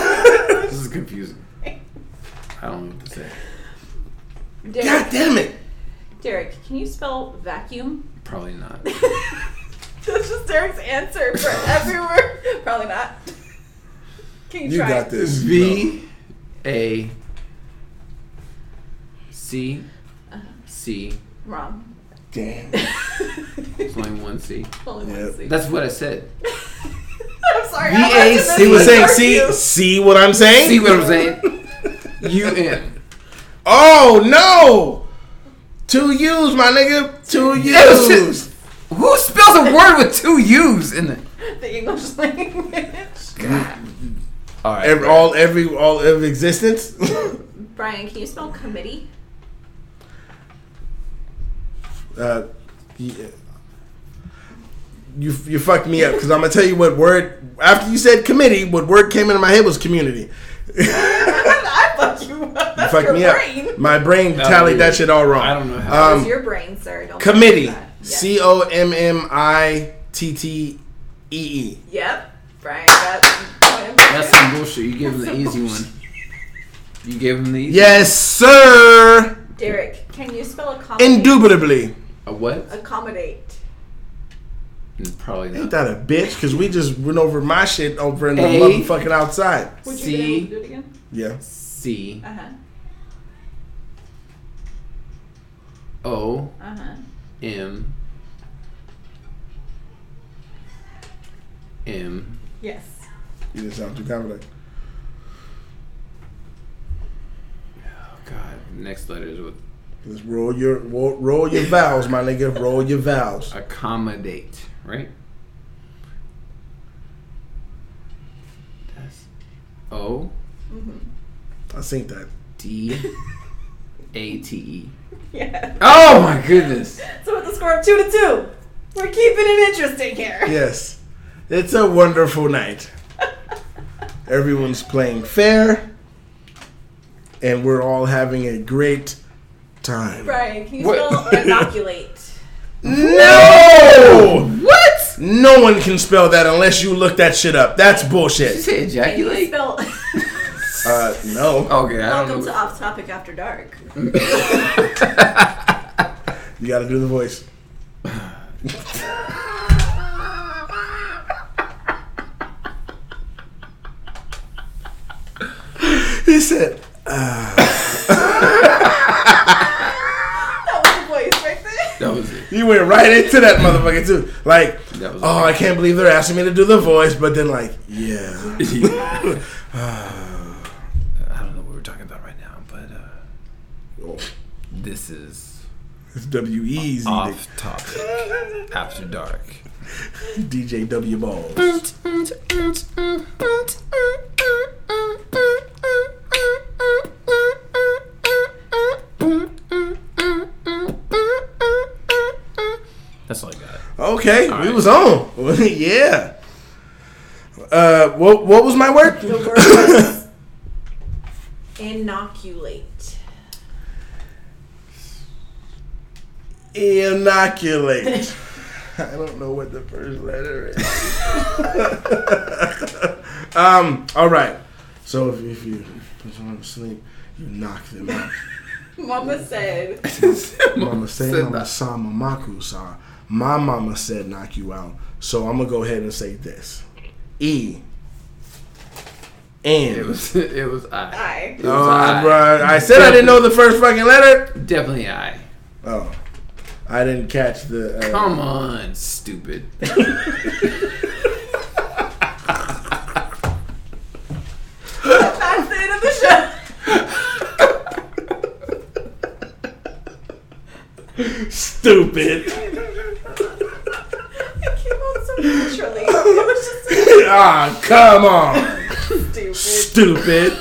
Speaker 2: This is confusing. I don't know what to say.
Speaker 3: God
Speaker 1: Derek,
Speaker 3: damn it!
Speaker 1: Derek, can you spell vacuum?
Speaker 2: Probably not.
Speaker 1: That's just Derek's answer for every word. Probably not. Can you,
Speaker 3: You
Speaker 1: try?
Speaker 3: got this.
Speaker 2: V A C C
Speaker 1: Wrong.
Speaker 3: Damn.
Speaker 2: There's only one C.
Speaker 1: Only
Speaker 3: Yep.
Speaker 1: one C.
Speaker 2: That's what I said.
Speaker 1: I'm sorry. I
Speaker 2: VAC
Speaker 1: wasn't
Speaker 3: He was saying,
Speaker 1: listening
Speaker 3: see,
Speaker 1: to
Speaker 3: see what I'm saying?
Speaker 2: See what I'm saying? U N.
Speaker 3: oh, no! Two U's, my nigga. Two
Speaker 2: Yeah, it was just-
Speaker 3: U's.
Speaker 2: Who spells a word with two U's in it?
Speaker 1: The English language.
Speaker 2: All right.
Speaker 3: Every, all every all of existence.
Speaker 1: Brian, can you spell committee?
Speaker 3: uh, yeah. You you fucked me up because I'm gonna tell you what word after you said committee, what word came into my head was community.
Speaker 1: I fucked you up.
Speaker 3: You fucked
Speaker 1: your
Speaker 3: me
Speaker 1: brain.
Speaker 3: up. My brain
Speaker 2: Oh,
Speaker 3: tallied
Speaker 2: yeah.
Speaker 3: that shit all wrong.
Speaker 2: I don't know how.
Speaker 1: It was
Speaker 3: Um,
Speaker 1: your brain, sir. Don't fuck with
Speaker 3: committee.
Speaker 1: that. Yes.
Speaker 3: C O M M I T T E E.
Speaker 1: Yep. Brian got point.
Speaker 2: That's some bullshit. You gave him the easy one. You gave him the easy
Speaker 3: Yes, sir.
Speaker 1: Derek, can you spell accommodate?
Speaker 3: Indubitably.
Speaker 2: A what?
Speaker 1: Accommodate.
Speaker 2: Probably
Speaker 3: Ain't
Speaker 2: not.
Speaker 3: that a bitch? Because we just went over my shit over in the
Speaker 2: A.
Speaker 3: motherfucking outside.
Speaker 1: Would you
Speaker 2: C.
Speaker 1: be able to do it again?
Speaker 3: Yeah.
Speaker 2: C
Speaker 1: Uh huh.
Speaker 2: O
Speaker 1: Uh huh.
Speaker 2: M M
Speaker 1: Yes.
Speaker 3: You didn't sound too confident.
Speaker 2: Oh God. Next letter is with
Speaker 3: Just roll your roll, roll your vowels, my nigga. Roll your vowels.
Speaker 2: accommodate, right? That's O
Speaker 1: Mm-hmm.
Speaker 3: I think that.
Speaker 2: D A T E.
Speaker 1: Yeah.
Speaker 2: Oh my goodness.
Speaker 1: So with the score of two to two, we're keeping it interesting here.
Speaker 3: Yes. It's a wonderful night. Everyone's playing fair, and we're all having a great time.
Speaker 1: Brian, can you
Speaker 2: What-
Speaker 1: spell inoculate?
Speaker 3: No!
Speaker 2: What?
Speaker 3: No one can spell that unless you look that shit up. That's
Speaker 2: Did you
Speaker 3: bullshit.
Speaker 2: say
Speaker 1: Can you
Speaker 2: ejaculate?
Speaker 1: spell?
Speaker 3: Uh, no.
Speaker 2: Okay, I
Speaker 1: Welcome
Speaker 2: don't
Speaker 1: to
Speaker 2: know.
Speaker 1: Off Topic After Dark.
Speaker 3: You gotta do the voice. he said,
Speaker 1: That was the voice right there.
Speaker 2: That was it.
Speaker 3: You went right into that motherfucker too. Like,
Speaker 2: That was
Speaker 3: oh, I can't believe they're asking me to do the voice, but then like, yeah,
Speaker 2: I don't know what we're talking about right now, but uh,
Speaker 3: Oh,
Speaker 2: this is
Speaker 3: it's W E's
Speaker 2: off topic after dark.
Speaker 3: DJ W Balls.
Speaker 2: That's all I got.
Speaker 3: Okay, we
Speaker 2: right.
Speaker 3: was on. yeah. Uh, what what was my
Speaker 1: The
Speaker 3: word?
Speaker 1: word was inoculate.
Speaker 3: Inoculate. I don't know what the first letter is. um. All right. So if, if you put someone to sleep, you knock them out.
Speaker 1: Mama said.
Speaker 3: Mama said
Speaker 2: Said
Speaker 3: mama
Speaker 2: that.
Speaker 3: saw mamaku saw. My mama said knock you out. So I'm gonna go ahead and say this. E. N.
Speaker 2: It was it was I.
Speaker 1: I.
Speaker 2: It was
Speaker 3: Oh,
Speaker 2: I.
Speaker 3: bruh. I said I didn't know the first fucking letter.
Speaker 2: Definitely I.
Speaker 3: Oh, I didn't catch the. Uh,
Speaker 2: Come on, stupid.
Speaker 1: That's the end of the show.
Speaker 3: Stupid.
Speaker 1: It came out so naturally. It was just
Speaker 3: ah, come
Speaker 1: stupid.
Speaker 3: on. Stupid.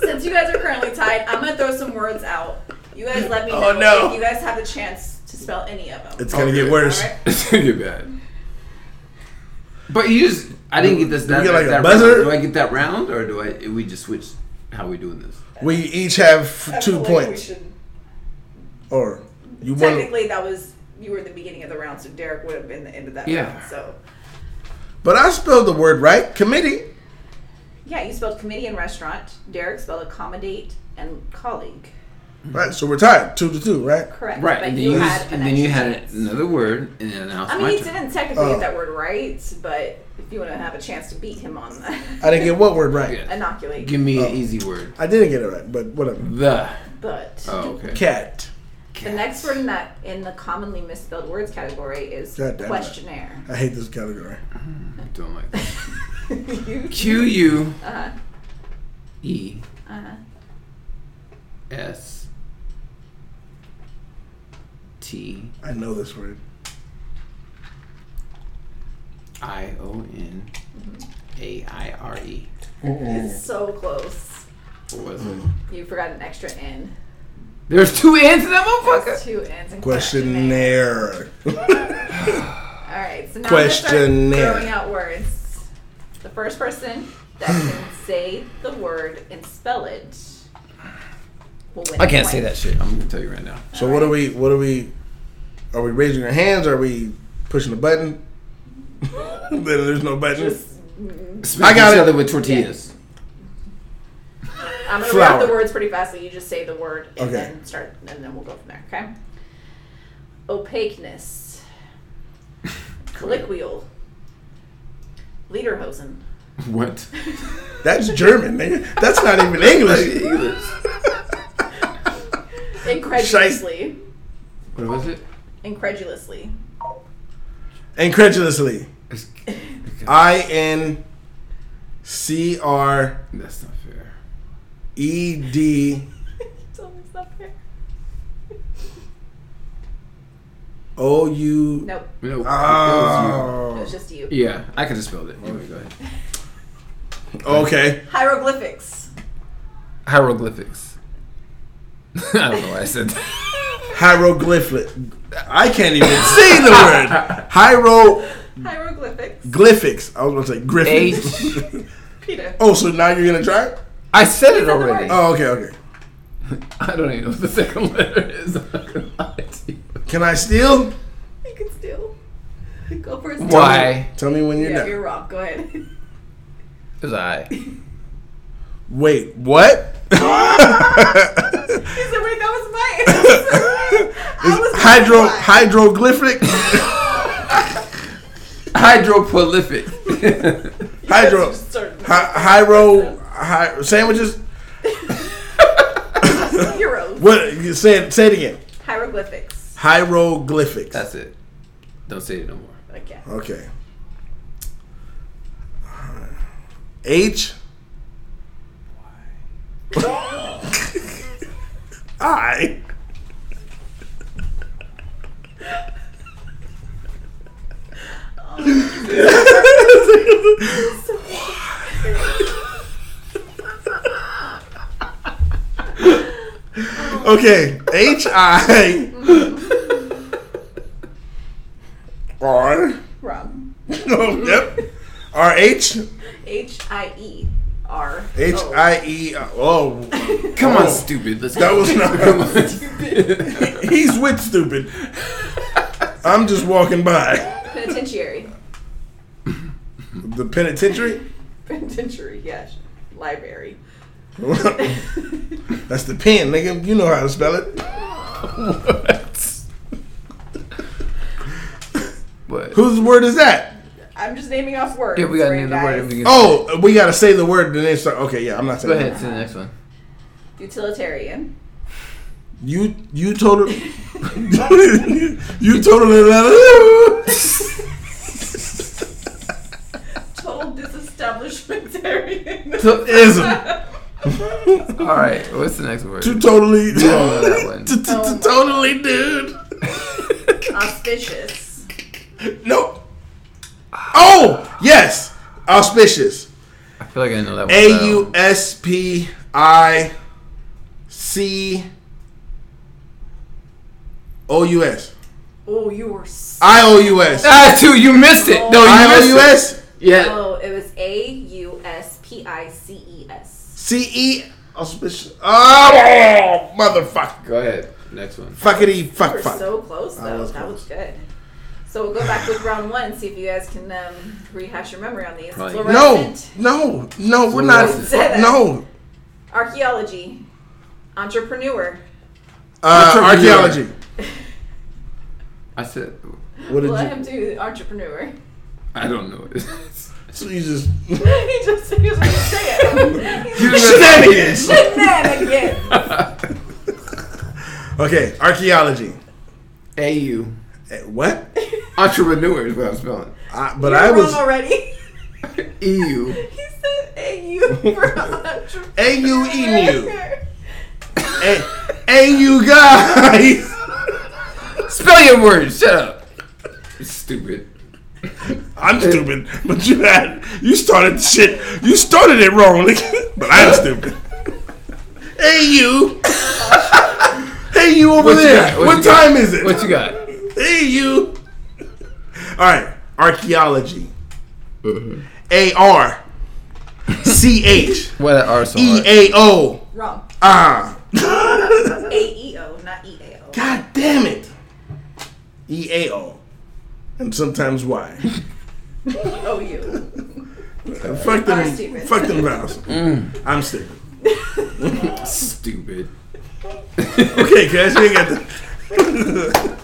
Speaker 1: Since you guys are currently tied, I'm gonna throw some words out. You guys let me know
Speaker 3: Oh, no.
Speaker 1: if you guys have the chance to spell any of them.
Speaker 3: It's gonna
Speaker 2: Okay.
Speaker 3: get worse.
Speaker 1: Alright.
Speaker 2: It's gonna get bad. But you just I didn't get this
Speaker 3: we
Speaker 2: that,
Speaker 3: get, like, a
Speaker 2: that
Speaker 3: buzzer?
Speaker 2: round. Do I get that round or do I we just switch how we doing this?
Speaker 3: We each have f-
Speaker 1: I
Speaker 3: two
Speaker 1: feel like we
Speaker 3: points,
Speaker 1: should-
Speaker 3: or you won.
Speaker 1: Technically, that was you were at the beginning of the round, so Derek would have been the end of that
Speaker 2: Yeah.
Speaker 1: round. So
Speaker 3: But I spelled the word right. Committee.
Speaker 1: yeah, you spelled committee and restaurant. Derek spelled accommodate and colleague.
Speaker 3: Right. So we're tied, two to two. Right.
Speaker 1: Correct.
Speaker 2: Right,
Speaker 1: but
Speaker 2: and then you,
Speaker 1: had
Speaker 2: just-
Speaker 1: an
Speaker 2: and then you
Speaker 1: extra
Speaker 2: had
Speaker 1: chance.
Speaker 2: another word and then announced
Speaker 1: I
Speaker 2: my
Speaker 1: mean, he
Speaker 2: turn.
Speaker 1: didn't technically
Speaker 3: Oh.
Speaker 1: get that word right, but if you want to have a chance to beat him on that,
Speaker 3: I didn't get what word right.
Speaker 2: Yeah.
Speaker 1: inoculate.
Speaker 2: Give me
Speaker 3: Oh.
Speaker 2: an easy word.
Speaker 3: I didn't get it right, but whatever.
Speaker 2: The.
Speaker 1: but
Speaker 2: Oh, okay.
Speaker 3: Cat.
Speaker 1: The next word in that in the commonly misspelled words category is
Speaker 3: God damn it.
Speaker 1: questionnaire.
Speaker 3: I hate this category.
Speaker 2: I don't like that.
Speaker 1: You-
Speaker 2: Q U
Speaker 1: uh-huh,
Speaker 2: E
Speaker 1: uh-huh.
Speaker 2: S T
Speaker 3: I know this word.
Speaker 2: I O N A I R E.
Speaker 1: So close.
Speaker 2: What was it?
Speaker 3: Mm.
Speaker 1: You forgot an extra N.
Speaker 2: There's two N's in that motherfucker.
Speaker 1: Two N's in
Speaker 3: Questionnaire.
Speaker 1: All right, so now questionnaire. I'm gonna
Speaker 3: Questionnaire.
Speaker 1: start throwing out words. The first person that can say the word and spell it will win.
Speaker 2: I
Speaker 1: the
Speaker 2: can't say
Speaker 1: point.
Speaker 2: that shit. I'm gonna tell you right now.
Speaker 3: so what are we? What are we? Are we raising our hands? Are we pushing a button? then there's no button.
Speaker 2: Smack
Speaker 3: I got
Speaker 2: each
Speaker 3: it.
Speaker 2: other with tortillas.
Speaker 1: I'm gonna wrap the
Speaker 3: Flower.
Speaker 1: words pretty fast, so you just say the word and
Speaker 3: Okay.
Speaker 1: then start, and then we'll go from there. Okay. Opaqueness. Colloquial. Lederhosen.
Speaker 2: What?
Speaker 3: That's German, nigga. That's not even English.
Speaker 2: English.
Speaker 1: Incredulously.
Speaker 2: What was it?
Speaker 1: Incredulously.
Speaker 3: Incredulously.
Speaker 2: It's-
Speaker 3: I N C R
Speaker 2: That's not fair.
Speaker 3: E D
Speaker 1: It's almost up there.
Speaker 3: O U.
Speaker 1: Nope.
Speaker 2: No.
Speaker 1: It was
Speaker 3: Oh.
Speaker 1: just you.
Speaker 2: Yeah, I could have spelled it. Anyway, go ahead.
Speaker 3: Okay.
Speaker 1: Hieroglyphics.
Speaker 2: Hieroglyphics. I don't know why I said that.
Speaker 3: Hieroglyphic. I can't even say the word. Hieroglyphics.
Speaker 1: Hieroglyphics.
Speaker 3: I was going to say Griffin.
Speaker 1: Peter.
Speaker 3: oh, so now you're going to try? it?
Speaker 2: I said it
Speaker 1: the
Speaker 2: already.
Speaker 1: word.
Speaker 3: Oh, okay, okay.
Speaker 2: I don't even know what the second letter is. I'm not gonna lie to you.
Speaker 3: Can I steal?
Speaker 1: You can steal. Go for it.
Speaker 2: Why?
Speaker 3: Tell me when you're
Speaker 1: Yeah,
Speaker 3: done.
Speaker 1: you're wrong. Go ahead.
Speaker 2: Because I.
Speaker 3: Wait, what?
Speaker 1: He said, wait, that was my answer. I was
Speaker 3: It's hydro
Speaker 1: like, why?
Speaker 3: hydroglyphic
Speaker 2: Hydroprolific.
Speaker 3: hydro
Speaker 1: Just started-
Speaker 3: hi, hyro hi, sandwiches.
Speaker 1: Heroes.
Speaker 3: What? you Say it. Say it again.
Speaker 1: Hieroglyphics.
Speaker 3: Hieroglyphics.
Speaker 2: That's it. Don't say it no more.
Speaker 1: Okay.
Speaker 3: okay. H. I. Okay, H I R.
Speaker 1: Wrong.
Speaker 3: Oh, yep. R H
Speaker 1: H I E R.
Speaker 3: H I E. Oh,
Speaker 2: Come
Speaker 3: Oh.
Speaker 2: on, stupid. Let's
Speaker 3: that
Speaker 2: go.
Speaker 3: was not. He's with stupid. I'm just walking by
Speaker 1: Penitentiary.
Speaker 3: the penitentiary.
Speaker 1: Penitentiary, yes. Library.
Speaker 3: That's the pen, nigga. You know how to spell it.
Speaker 2: What? what?
Speaker 3: Whose word is that?
Speaker 1: I'm just naming off words.
Speaker 2: Yeah, we got
Speaker 1: right,
Speaker 2: another word. that
Speaker 1: guys?
Speaker 2: We can
Speaker 3: Oh, we gotta say the word and then start. Okay, yeah, I'm not
Speaker 2: Go
Speaker 3: saying.
Speaker 2: ahead, to the next one.
Speaker 1: Utilitarian.
Speaker 3: You you total. you totally.
Speaker 1: Total disestablishmentarian.
Speaker 3: Ism.
Speaker 2: All right, what's the next word?
Speaker 3: Too totally.
Speaker 2: don't know that one.
Speaker 3: T- t- t- Totally, dude.
Speaker 1: Auspicious.
Speaker 3: Nope. Oh yes, auspicious.
Speaker 2: I feel like I know that one.
Speaker 3: A U S P I C O U S.
Speaker 1: Oh, you were so.
Speaker 3: I O U S.
Speaker 2: Ah, two. You missed it. No, you
Speaker 3: I O
Speaker 2: missed
Speaker 3: U S
Speaker 2: it. Yeah.
Speaker 1: Oh, it was A U S P I C E S.
Speaker 3: C E. Auspicious. Oh, motherfucker.
Speaker 2: Go ahead. Next one.
Speaker 3: Fuckity
Speaker 1: We
Speaker 3: fuck
Speaker 1: were
Speaker 3: fuck.
Speaker 1: so close
Speaker 3: I
Speaker 1: though.
Speaker 3: was
Speaker 1: that
Speaker 3: close.
Speaker 1: was good. So we'll go back with round one and see if you guys can um, rehash your memory on these.
Speaker 2: Right.
Speaker 3: no,
Speaker 1: Fluorescent,
Speaker 3: no, no, we're not.
Speaker 1: Said it.
Speaker 3: No.
Speaker 1: archaeology, entrepreneur,
Speaker 3: Uh,
Speaker 2: Entrepreneur.
Speaker 3: archaeology.
Speaker 2: I said,
Speaker 3: What did
Speaker 1: let
Speaker 3: you?
Speaker 1: him do entrepreneur.
Speaker 2: I don't know what it is.
Speaker 3: So you just.
Speaker 1: he just he was gonna say it. He's
Speaker 2: You
Speaker 1: like,
Speaker 2: Shenanigans.
Speaker 1: Shenanigans.
Speaker 3: Okay, archaeology.
Speaker 2: AU.
Speaker 3: Eh, What?
Speaker 4: Entrepreneur is what I'm spelling.
Speaker 3: I, but
Speaker 1: You're
Speaker 3: I
Speaker 1: wrong
Speaker 3: was
Speaker 1: already.
Speaker 2: E
Speaker 4: EU.
Speaker 1: he said AU for entrepreneur.
Speaker 3: AU emu. A- eh, and you guys.
Speaker 2: Spell your words. Shut up.
Speaker 4: Stupid.
Speaker 3: I'm stupid, but you had you started shit. You started it wrong, nigga, but I'm stupid. hey you, hey you over
Speaker 2: What you
Speaker 3: there.
Speaker 2: got?
Speaker 3: What,
Speaker 2: What you got?
Speaker 3: time is it?
Speaker 2: What you got?
Speaker 3: Hey you. All right, archaeology.
Speaker 2: Mm-hmm.
Speaker 3: A R C H
Speaker 2: What are some
Speaker 3: E A O Ah.
Speaker 1: Wrong.
Speaker 3: R.
Speaker 1: AEO, not E EAO.
Speaker 3: God damn it. E A O. And sometimes why?
Speaker 1: OU.
Speaker 3: fuck
Speaker 1: I'm
Speaker 3: them.
Speaker 1: stupid.
Speaker 3: Fuck them vowels. I'm stupid.
Speaker 4: Stupid.
Speaker 3: Okay, cuz you ain't got the.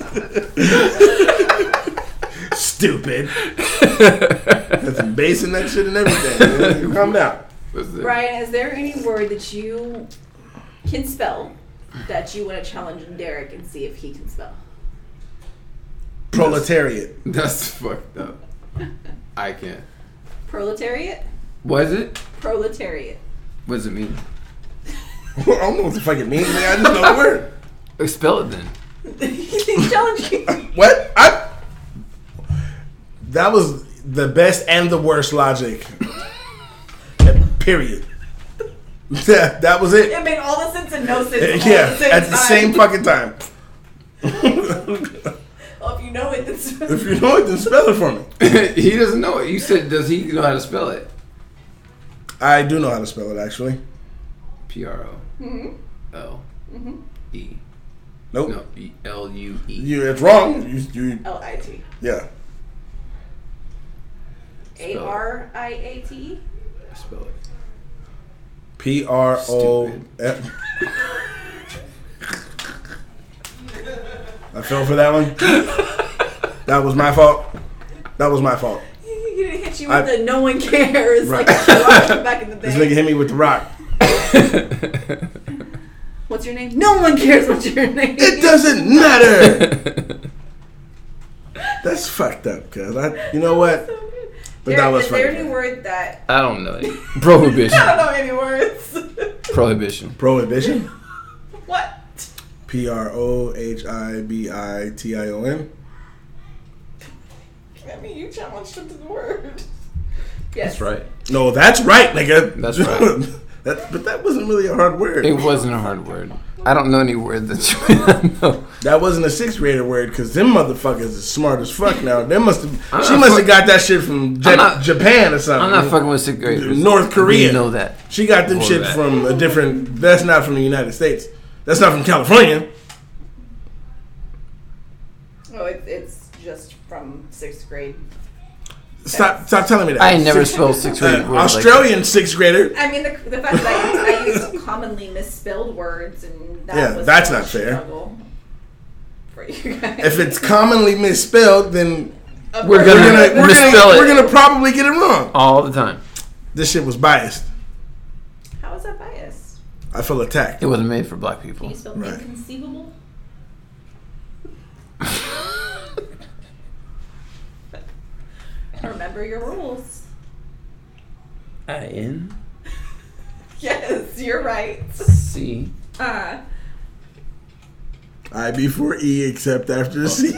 Speaker 3: Stupid. That's basing that shit and everything. man. You Calm down.
Speaker 4: What's that?
Speaker 1: Brian, is there any word that you can spell that you want to challenge Derek and see if he can spell?
Speaker 3: Proletariat.
Speaker 4: That's fucked up. I can't.
Speaker 1: Proletariat?
Speaker 2: Was it?
Speaker 1: Proletariat.
Speaker 2: What does it mean?
Speaker 3: I don't know what the fuck it means. nigga. I just know the word.
Speaker 2: Oh, Spell it then.
Speaker 1: He's challenging you.
Speaker 3: What? I. That was the best and the worst logic. Period. That, that was it.
Speaker 1: It made all the sense and no sense. all
Speaker 3: Uh, Yeah,
Speaker 1: same
Speaker 3: at the
Speaker 1: time.
Speaker 3: same fucking time.
Speaker 1: Well, if you know it, it's.
Speaker 3: If you know it, then spell it for me.
Speaker 4: he doesn't know it. You said, does he know how to spell it?
Speaker 3: I do know how to spell it, actually.
Speaker 4: P R O
Speaker 1: Mm-hmm.
Speaker 4: L E.
Speaker 3: Nope.
Speaker 4: No, E L U E.
Speaker 3: You, it's wrong. You, you,
Speaker 1: L I T.
Speaker 3: yeah.
Speaker 1: A R I A T. E?
Speaker 4: Spell it.
Speaker 3: P R O. I fell for that one. that was my fault. That was my fault.
Speaker 1: He didn't hit you with
Speaker 3: I-
Speaker 1: the no one cares.
Speaker 3: Right.
Speaker 1: Like back in the
Speaker 3: This nigga
Speaker 1: day.
Speaker 3: hit me with the rock.
Speaker 1: What's your name? No one cares what your name.
Speaker 3: It doesn't matter. That's fucked up, cuz. I, you know what? But
Speaker 1: Derek,
Speaker 3: that was
Speaker 1: is there any
Speaker 3: fucked up.
Speaker 1: word that
Speaker 2: I don't know. it. Prohibition.
Speaker 1: I don't know any words?
Speaker 2: Prohibition.
Speaker 3: Prohibition.
Speaker 1: what?
Speaker 3: P R O H I B I T I O N.
Speaker 1: I mean, you challenged him to the word. Yes.
Speaker 2: That's right.
Speaker 3: No, that's right, nigga.
Speaker 2: That's right.
Speaker 3: that, but that wasn't really a hard word.
Speaker 2: It wasn't a hard word. I don't know any word that you know.
Speaker 3: That wasn't a sixth grader word because them motherfuckers is smart as fuck now. They must
Speaker 2: I'm
Speaker 3: have. She
Speaker 2: not
Speaker 3: must
Speaker 2: fuck-
Speaker 3: have got that shit from Ja-
Speaker 2: I'm not-
Speaker 3: Japan or something.
Speaker 2: I'm not fucking with sixth graders.
Speaker 3: North Korea.
Speaker 2: You know that.
Speaker 3: She got them
Speaker 2: Or
Speaker 3: shit
Speaker 2: that.
Speaker 3: from a different. That's not from the United States. That's not from California.
Speaker 1: Oh, it, it's just from sixth grade.
Speaker 3: Stop! Stop telling me that.
Speaker 2: I ain't never
Speaker 3: Sixth-
Speaker 2: spelled sixth
Speaker 3: uh,
Speaker 2: grade words. like
Speaker 3: Australian sixth grader.
Speaker 1: I mean, the, the fact that I, I use commonly misspelled words and that
Speaker 3: Yeah,
Speaker 1: was
Speaker 3: that's
Speaker 1: a
Speaker 3: not fair.
Speaker 1: struggle For you guys.
Speaker 3: If it's commonly misspelled, then
Speaker 2: that. We're gonna,
Speaker 3: we're gonna we're
Speaker 2: misspell
Speaker 3: gonna,
Speaker 2: it
Speaker 3: we're gonna probably get it wrong.
Speaker 2: all the time.
Speaker 3: This shit was biased.
Speaker 1: How is that biased?
Speaker 3: I feel attacked.
Speaker 2: It wasn't made for black
Speaker 1: Can
Speaker 2: people.
Speaker 1: you spell
Speaker 3: Right.
Speaker 1: inconceivable? Remember your rules.
Speaker 2: I N
Speaker 1: Yes, you're right.
Speaker 2: C.
Speaker 1: Uh,
Speaker 3: I before E except after the C.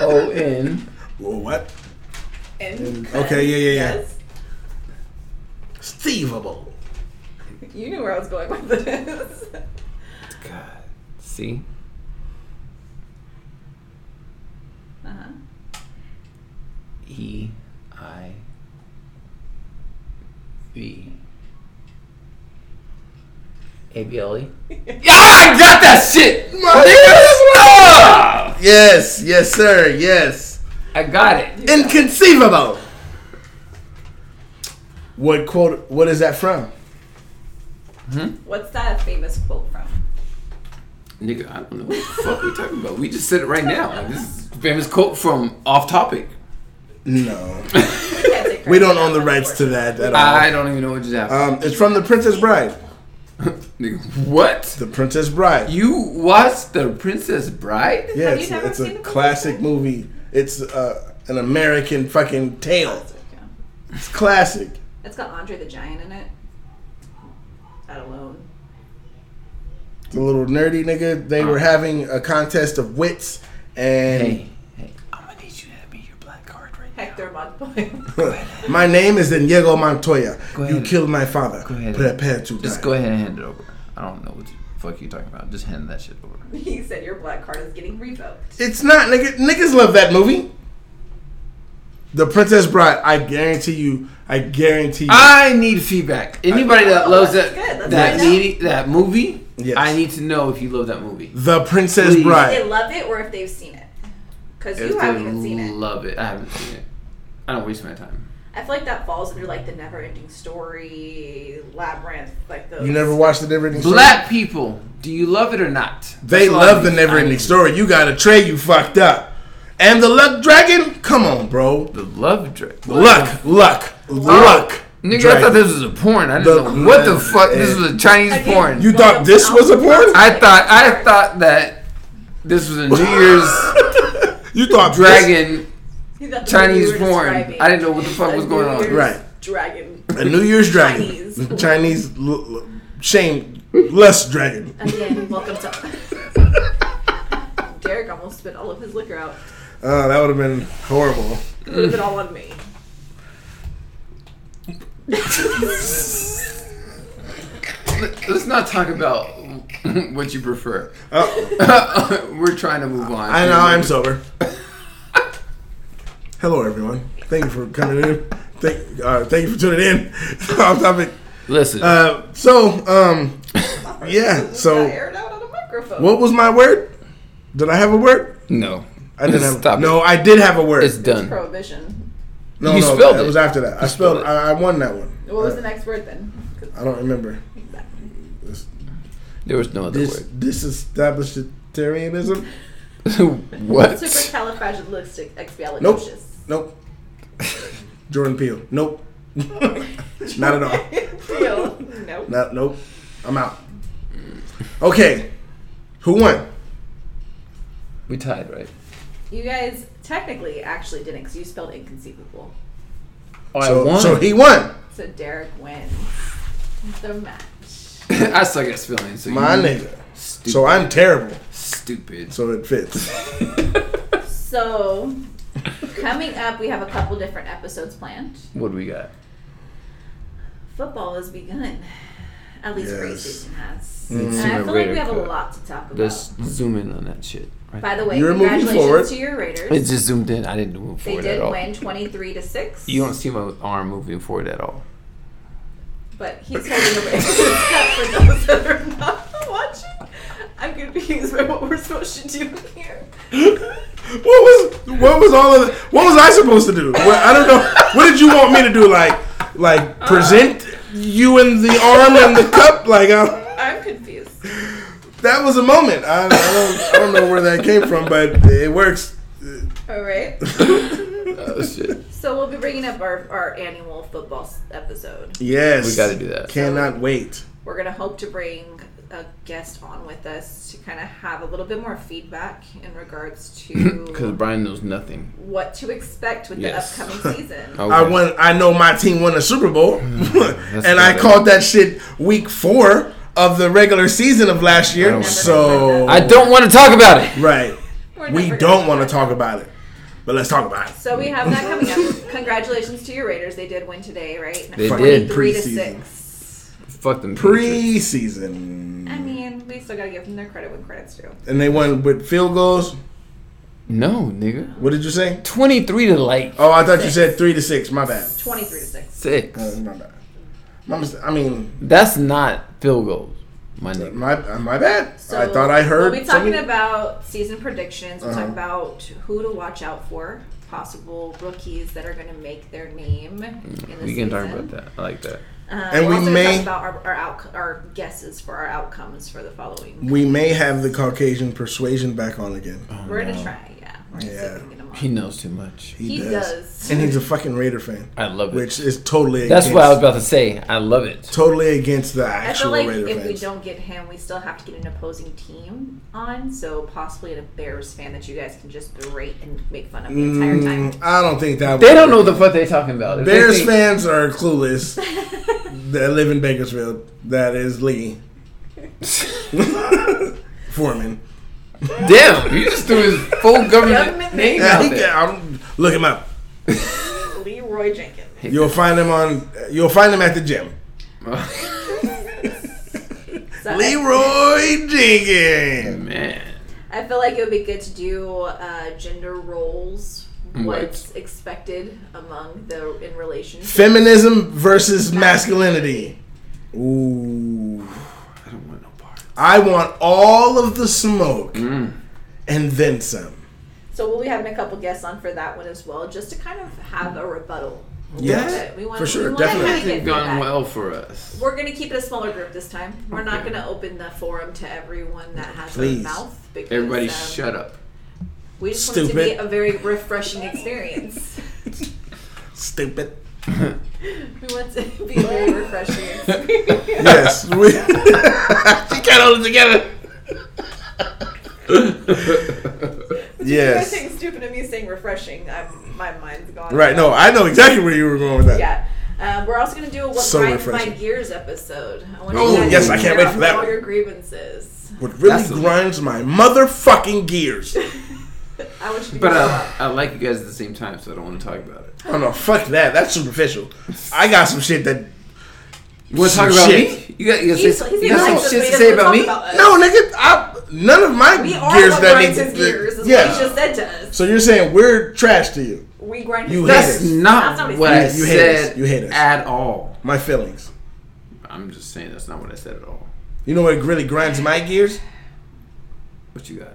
Speaker 2: O N
Speaker 3: Well, what?
Speaker 1: and
Speaker 3: Okay, yeah, yeah, yeah.
Speaker 1: Yes.
Speaker 3: Steveable.
Speaker 1: You knew where I was going with this.
Speaker 2: God C
Speaker 1: Uh-huh.
Speaker 2: E I V A B L E. Oh, Yeah, I got that shit. Nigga,
Speaker 3: Yes, yes, sir, yes.
Speaker 2: stop! I got it.
Speaker 3: Inconceivable. What quote? What is that from?
Speaker 1: What's that famous quote from?
Speaker 4: Nigga, I don't know what the fuck we talking about. We just said it right now. This is famous quote from Off Topic.
Speaker 3: No,
Speaker 1: You can't take
Speaker 3: we don't
Speaker 1: credit for
Speaker 3: own the
Speaker 1: that,
Speaker 3: rights to that at all.
Speaker 2: I don't even know what just happened. Uh,
Speaker 3: Um, it's from The Princess Bride.
Speaker 4: Nigga, what?
Speaker 3: The Princess Bride.
Speaker 4: You watched The Princess Bride?
Speaker 3: yeah,
Speaker 1: Have
Speaker 3: it's,
Speaker 1: you
Speaker 3: a,
Speaker 1: never
Speaker 3: it's a
Speaker 1: seen The Princess
Speaker 3: classic movie. It's uh, an American fucking tale. It's classic.
Speaker 1: It's got Andre the Giant in it. That alone.
Speaker 3: The little nerdy nigga. They were having a contest of wits, and
Speaker 2: Hey, hey.
Speaker 4: I'm gonna need you to hand me your black card right
Speaker 1: Hector Monboy.
Speaker 3: my name is Diego Montoya.
Speaker 2: Go
Speaker 3: You
Speaker 2: ahead.
Speaker 3: killed my father.
Speaker 2: Go ahead.
Speaker 3: Prepare to
Speaker 2: Just
Speaker 3: die.
Speaker 2: go ahead and hand it over. I don't know what the fuck you're talking about. Just hand that shit over.
Speaker 1: he said your black card is getting revoked.
Speaker 3: It's not nigga, niggas love that movie. The Princess Bride. I guarantee you. I guarantee you.
Speaker 2: Ah!
Speaker 4: I need feedback. Anybody that
Speaker 1: Oh,
Speaker 4: loves
Speaker 1: that's
Speaker 4: that
Speaker 1: good. Let's
Speaker 4: that
Speaker 1: find out.
Speaker 4: needy, that movie,
Speaker 3: Yes.
Speaker 4: I need to know if you love that movie.
Speaker 3: the Princess
Speaker 4: Please.
Speaker 1: If they
Speaker 3: Bride.
Speaker 1: love it or if they've seen it. Because
Speaker 4: If
Speaker 1: you
Speaker 4: they
Speaker 1: haven't even seen it.
Speaker 4: Love it. I haven't seen it. I don't waste my time.
Speaker 1: I feel like that falls under like the never ending story, labyrinth, like those.
Speaker 3: You never watched the Never Ending Story.
Speaker 4: Black people, do you love it or not?
Speaker 3: They
Speaker 4: That's all I
Speaker 3: love the
Speaker 4: need.
Speaker 3: Never
Speaker 4: I
Speaker 3: Ending
Speaker 4: need-
Speaker 3: Story. You got a tray. You fucked up. And the Luck Dragon. Come on, bro.
Speaker 2: The love drip.
Speaker 3: Luck, luck, luck.
Speaker 2: Nigga, I
Speaker 3: Dragon.
Speaker 2: thought this was a porn. I didn't
Speaker 3: The-
Speaker 2: know what the fuck. This
Speaker 3: eh.
Speaker 2: was a Chinese
Speaker 1: Again,
Speaker 2: porn.
Speaker 3: You thought this was a porn?
Speaker 2: I thought I thought that this was a New Year's
Speaker 3: You thought this-
Speaker 2: dragon.
Speaker 1: You thought the
Speaker 4: Chinese
Speaker 1: movie you were
Speaker 4: porn.
Speaker 1: describing.
Speaker 4: I didn't know what the fuck was
Speaker 1: A
Speaker 4: going
Speaker 1: New
Speaker 4: on.
Speaker 1: Year's
Speaker 3: Right.
Speaker 1: Dragon.
Speaker 3: a New Year's dragon,
Speaker 1: Chinese.
Speaker 3: Chinese l- l- shame, lust dragon.
Speaker 1: Again, welcome to. Derek almost spit all of his liquor out.
Speaker 3: Oh, that would have been horrible.
Speaker 4: Mm.
Speaker 1: It would have been all on me.
Speaker 4: Let's not talk about what you prefer.
Speaker 3: Oh,
Speaker 4: We're trying to move on.
Speaker 3: I know I'm sober. Hello, everyone. Thank you for coming in. Thank, uh, thank you for tuning in. Off topic.
Speaker 2: Listen,
Speaker 3: Uh, so, um, yeah.
Speaker 1: Got
Speaker 3: So,
Speaker 1: aired out on a microphone.
Speaker 3: what was my word? Did I have a word?
Speaker 2: no,
Speaker 3: I didn't have.
Speaker 2: Stop it.
Speaker 3: no, I did have a word.
Speaker 2: it's done.
Speaker 1: Prohibition.
Speaker 3: no,
Speaker 2: you
Speaker 3: no,
Speaker 2: spelled
Speaker 3: It
Speaker 2: it.
Speaker 3: was after that. I
Speaker 2: spelled
Speaker 3: spelled. I, I won that one.
Speaker 1: What was
Speaker 3: Uh,
Speaker 1: the next word then? 'Cause
Speaker 4: uh,
Speaker 3: I don't remember.
Speaker 2: There was no other
Speaker 3: Dis- disestablishmentarianism.
Speaker 2: word. what?
Speaker 1: Supercalifragilisticexpialidocious.
Speaker 3: Nope. Nope. Jordan Peele. Nope. Not at all.
Speaker 1: Deal. Nope.
Speaker 3: Not, nope. I'm out. Okay. Who won?
Speaker 2: We tied, right?
Speaker 1: You guys technically actually didn't because you spelled inconceivable.
Speaker 2: Oh,
Speaker 3: so,
Speaker 2: I won.
Speaker 3: so he won.
Speaker 1: So Derek wins the match.
Speaker 4: I suck at spelling. So
Speaker 3: My
Speaker 4: you-
Speaker 2: Mm-hmm.
Speaker 3: nigga.
Speaker 4: Stupid.
Speaker 3: So I'm terrible.
Speaker 4: stupid.
Speaker 3: So it fits.
Speaker 1: So coming up, we have a couple different episodes planned.
Speaker 2: what do we got?
Speaker 1: Football has begun. At least for
Speaker 3: Yes.
Speaker 1: preseason has.
Speaker 2: It's
Speaker 1: And I
Speaker 2: super
Speaker 1: feel like we
Speaker 2: Raider
Speaker 1: have a
Speaker 2: cut.
Speaker 1: lot to talk about.
Speaker 2: Let's zoom in on that shit. Right.
Speaker 1: By the way,
Speaker 3: You're moving
Speaker 1: congratulations
Speaker 3: forward.
Speaker 1: to your Raiders.
Speaker 2: It just zoomed in. I didn't move
Speaker 1: they
Speaker 2: forward at
Speaker 1: did
Speaker 2: all.
Speaker 1: win 23 to 6.
Speaker 2: You don't see my arm moving forward at all.
Speaker 1: But he's holding the Raiders cup for those that are not watching. I'm confused by what we're supposed to do here.
Speaker 3: what was what was all of the, what was I supposed to do? What, I don't know. What did you want me to do? Like like present you in the arm and the cup? Like I.
Speaker 1: I'm confused.
Speaker 3: That was a moment. I, I don't I don't know where that came from, but it works.
Speaker 1: All right.
Speaker 2: Oh shit.
Speaker 1: So we'll be bringing up our, our annual football s- episode.
Speaker 3: Yes,
Speaker 2: We gotta do that.
Speaker 3: Cannot wait.
Speaker 1: We're going to hope to bring a guest on with us to kind of have a little bit more feedback in regards
Speaker 2: Because
Speaker 1: to
Speaker 2: Brian knows nothing.
Speaker 1: what to expect with
Speaker 2: Yes.
Speaker 1: the upcoming season.
Speaker 2: Okay. Mm,
Speaker 3: I won. I know my team won a Super Bowl, and I
Speaker 2: good.
Speaker 3: called that shit week four of the regular season of last year.
Speaker 2: don't-
Speaker 3: so
Speaker 2: I don't want to talk about it.
Speaker 3: Right.
Speaker 1: We're
Speaker 3: We
Speaker 1: never
Speaker 3: don't
Speaker 1: gonna-
Speaker 3: want to talk about it, but let's talk about it.
Speaker 1: So we have that coming up. Congratulations to your Raiders. They did win today, right?
Speaker 2: They did.
Speaker 1: 23 to
Speaker 3: Preseason.
Speaker 1: 6.
Speaker 2: Fuck them. Patriots.
Speaker 3: Preseason,
Speaker 1: I mean, we still got to give them their credit when credit's due.
Speaker 3: and they won with field goals.
Speaker 2: No, nigga.
Speaker 3: What did you say?
Speaker 2: Twenty-three to like
Speaker 3: Oh, I thought you said three to six. My bad.
Speaker 1: 23 to 6.
Speaker 2: six.
Speaker 3: Uh, my bad. My mis- I mean,
Speaker 2: That's not field goals, my nigga.
Speaker 3: My uh, my bad.
Speaker 1: So
Speaker 3: I thought I heard.
Speaker 1: We'll be talking
Speaker 3: something.
Speaker 1: about season predictions. We'll talk
Speaker 3: Uh-huh.
Speaker 1: about who to watch out for, possible rookies that are going to make their name. In the
Speaker 2: We can talk
Speaker 1: season.
Speaker 2: about that. I like that.
Speaker 1: Uh,
Speaker 3: And
Speaker 1: we're
Speaker 3: we
Speaker 1: also gonna
Speaker 3: may-
Speaker 1: talk about our our, outco- our guesses for our outcomes for the following.
Speaker 3: we may have the Caucasian persuasion back on again.
Speaker 2: Oh.
Speaker 1: we're gonna try, yeah. We're gonna see if we
Speaker 3: Yeah.
Speaker 1: can get him on.
Speaker 4: He knows too much.
Speaker 1: He does.
Speaker 3: and he's a fucking Raider fan,
Speaker 4: I love it.
Speaker 3: which is totally
Speaker 2: That's
Speaker 3: against,
Speaker 2: what I was about to say. I love it.
Speaker 3: totally against the
Speaker 1: I
Speaker 3: actual
Speaker 1: feel like
Speaker 3: Raider
Speaker 1: if
Speaker 3: fans.
Speaker 1: we don't get him, we still have to get an opposing team on, so possibly a Bears fan that you guys can just berate and make fun of the entire time.
Speaker 3: Mm, I don't think that
Speaker 2: They
Speaker 3: would-
Speaker 2: don't know the fuck they're talking about. If they
Speaker 3: Bears
Speaker 2: think-
Speaker 3: fans are clueless. that live in Bakersfield. That is Lee Foreman.
Speaker 2: Damn, you just threw his full government
Speaker 1: Government
Speaker 2: name
Speaker 3: Yeah,
Speaker 2: out
Speaker 3: he
Speaker 2: there.
Speaker 3: got- I'm- look him up.
Speaker 1: Leroy Jenkins.
Speaker 3: You'll find him on. You'll find him at the gym.
Speaker 1: So I-
Speaker 3: Leroy Jenkins.
Speaker 4: Man.
Speaker 1: I feel like it would be good to do uh, gender roles,
Speaker 4: What?
Speaker 1: what's expected among the in relationships.
Speaker 3: Feminism versus masculinity. Ooh.
Speaker 4: I don't want no part.
Speaker 3: I want all of the smoke
Speaker 4: Mm.
Speaker 3: and then some.
Speaker 1: So we'll be having a couple guests on for that one as well, just to kind of have a rebuttal.
Speaker 3: Yes.
Speaker 1: We
Speaker 3: For
Speaker 1: want,
Speaker 3: sure,
Speaker 1: we want
Speaker 3: definitely.
Speaker 1: to
Speaker 4: It's
Speaker 1: kind of get
Speaker 4: gone
Speaker 1: feedback.
Speaker 4: well for us.
Speaker 1: We're gonna keep it a smaller group this time. We're not
Speaker 4: Okay.
Speaker 1: gonna open the forum to everyone that has
Speaker 3: Please.
Speaker 1: a mouth. Because,
Speaker 4: Everybody
Speaker 1: um,
Speaker 4: shut up.
Speaker 1: We just want it to be
Speaker 3: Stupid.
Speaker 1: a very refreshing experience.
Speaker 3: Stupid.
Speaker 1: we want it to be a very refreshing experience.
Speaker 3: Yes. we-
Speaker 4: She can't hold it together.
Speaker 1: You guys
Speaker 3: yes.
Speaker 1: think stupid of me saying refreshing. I'm, my mind's gone.
Speaker 3: Right. No, I know exactly where you were going with that.
Speaker 1: Yeah. Um, we're also gonna do a what
Speaker 3: So
Speaker 1: grinds my
Speaker 3: refreshing.
Speaker 1: gears episode. I want
Speaker 3: Oh,
Speaker 1: you guys
Speaker 3: yes,
Speaker 1: to
Speaker 3: I can't
Speaker 1: clear
Speaker 3: wait
Speaker 1: up
Speaker 3: for that
Speaker 1: All
Speaker 3: one.
Speaker 1: your grievances.
Speaker 3: What really
Speaker 4: That's a-
Speaker 3: grinds my motherfucking gears.
Speaker 1: I want you to.
Speaker 4: But uh,
Speaker 1: go
Speaker 4: I, I like you guys at the same time, so I don't want to talk about it.
Speaker 3: Oh no, fuck that. That's superficial. I got some shit that.
Speaker 4: You want to
Speaker 3: Some
Speaker 4: talk about
Speaker 3: shit.
Speaker 4: me? You got, you got,
Speaker 1: He's,
Speaker 4: say,
Speaker 1: he's
Speaker 4: you got
Speaker 1: gonna like
Speaker 4: some
Speaker 1: this,
Speaker 4: shit
Speaker 1: but he
Speaker 4: to say
Speaker 1: doesn't
Speaker 4: about
Speaker 1: talk
Speaker 4: me?
Speaker 1: About us.
Speaker 3: No, nigga, I, none of my
Speaker 1: We are
Speaker 3: gears
Speaker 1: what
Speaker 3: that
Speaker 1: grinds
Speaker 3: nigga.
Speaker 1: his gears. Is
Speaker 3: yeah.
Speaker 1: what he just said to us.
Speaker 3: so you're saying we're trash to you?
Speaker 1: we grind.
Speaker 3: You
Speaker 1: his
Speaker 3: hate
Speaker 1: gears.
Speaker 4: That's
Speaker 3: us.
Speaker 4: not
Speaker 1: That's not what he
Speaker 4: what I
Speaker 1: said.
Speaker 3: You hate us.
Speaker 4: said
Speaker 3: You hate us.
Speaker 4: at all.
Speaker 3: My feelings.
Speaker 4: I'm just saying that's not what I said at all.
Speaker 3: You know what really grinds my gears?
Speaker 4: What you got?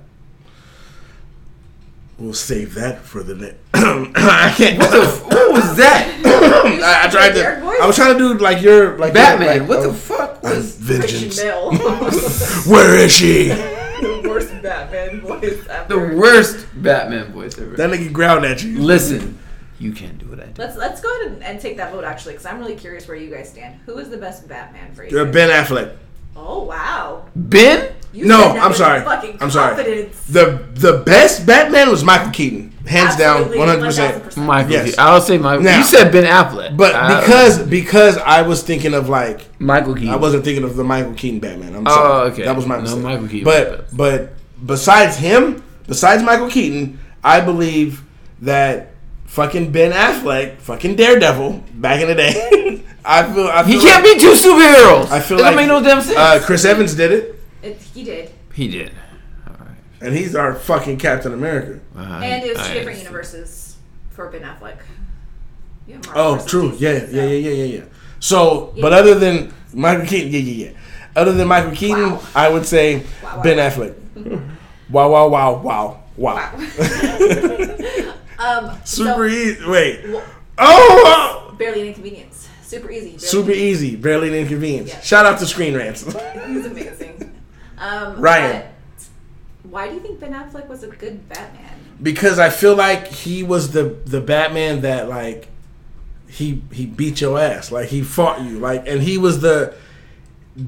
Speaker 3: We'll save that for the next. I can't.
Speaker 4: What the? F- what was that?
Speaker 3: I, I tried to.
Speaker 1: Derek voice?
Speaker 3: I was trying to do like your like
Speaker 4: Batman.
Speaker 3: Like,
Speaker 4: what the
Speaker 3: oh,
Speaker 4: fuck
Speaker 3: I'm
Speaker 4: was?
Speaker 1: Christian
Speaker 3: vengeance.
Speaker 1: Bale.
Speaker 3: Where is she?
Speaker 1: the worst Batman voice
Speaker 4: The
Speaker 1: ever.
Speaker 4: worst Batman voice ever.
Speaker 3: That nigga growled at you.
Speaker 4: Listen, you can't do what I do.
Speaker 1: Let's let's go ahead and, and take that vote actually, because I'm really curious where you guys stand. Who is the best Batman for you?
Speaker 3: You're Uh, Ben Affleck.
Speaker 1: Oh wow.
Speaker 4: Ben?
Speaker 1: You
Speaker 3: No,
Speaker 1: said that
Speaker 3: I'm
Speaker 1: with
Speaker 3: sorry.
Speaker 1: Fucking
Speaker 3: I'm sorry.
Speaker 1: confidence.
Speaker 3: The the best Batman was Michael Keaton, hands
Speaker 1: Absolutely,
Speaker 3: down, 100. percent
Speaker 1: 1000%.
Speaker 2: Michael.
Speaker 3: Yes.
Speaker 2: Keaton. I'll say Michael.
Speaker 3: Now-
Speaker 2: you said Ben Affleck,
Speaker 3: But
Speaker 2: I-
Speaker 3: because because I was thinking of like
Speaker 2: Michael Keaton,
Speaker 3: I wasn't thinking of the Michael Keaton Batman. I'm
Speaker 2: Oh,
Speaker 3: sorry.
Speaker 2: okay.
Speaker 3: That was my
Speaker 2: No,
Speaker 3: mistake.
Speaker 2: Michael Keaton was the
Speaker 3: But but besides him, besides Michael Keaton, I believe that fucking Ben Affleck, fucking Daredevil, back in the day. I feel I feel
Speaker 2: he can't be two superheroes.
Speaker 3: I feel
Speaker 2: it
Speaker 3: like
Speaker 2: don't make no damn sense.
Speaker 3: Uh, Chris Evans did it,
Speaker 1: It, he did.
Speaker 2: he did.
Speaker 3: and he's our fucking Captain America.
Speaker 1: And it was two different universes for Ben Affleck. Yeah, Marvel
Speaker 3: Oh,
Speaker 1: versus
Speaker 3: true.
Speaker 1: DC,
Speaker 3: Yeah,
Speaker 1: so.
Speaker 3: yeah, yeah, yeah, yeah, yeah. So,
Speaker 1: Yeah.
Speaker 3: but other than Michael Keaton, yeah, yeah, yeah. Other than Michael Keaton,
Speaker 1: Wow.
Speaker 3: I would say
Speaker 1: Wow, wow,
Speaker 3: Ben
Speaker 1: wow.
Speaker 3: Affleck. wow, wow, wow, wow, wow.
Speaker 1: Um,
Speaker 3: Super
Speaker 1: so,
Speaker 3: easy. Wait.
Speaker 1: Wha-
Speaker 3: Oh, wow.
Speaker 1: barely an inconvenience. Super easy. Barely
Speaker 3: super easy. Barely an inconvenience.
Speaker 1: Yeah.
Speaker 3: Shout out to Screen Rants.
Speaker 1: He's amazing. Um,
Speaker 3: Ryan.
Speaker 1: but Why do you think Ben Affleck was a good Batman?
Speaker 3: because I feel like he was the the Batman that like he he beat your ass, like he fought you, like and he was the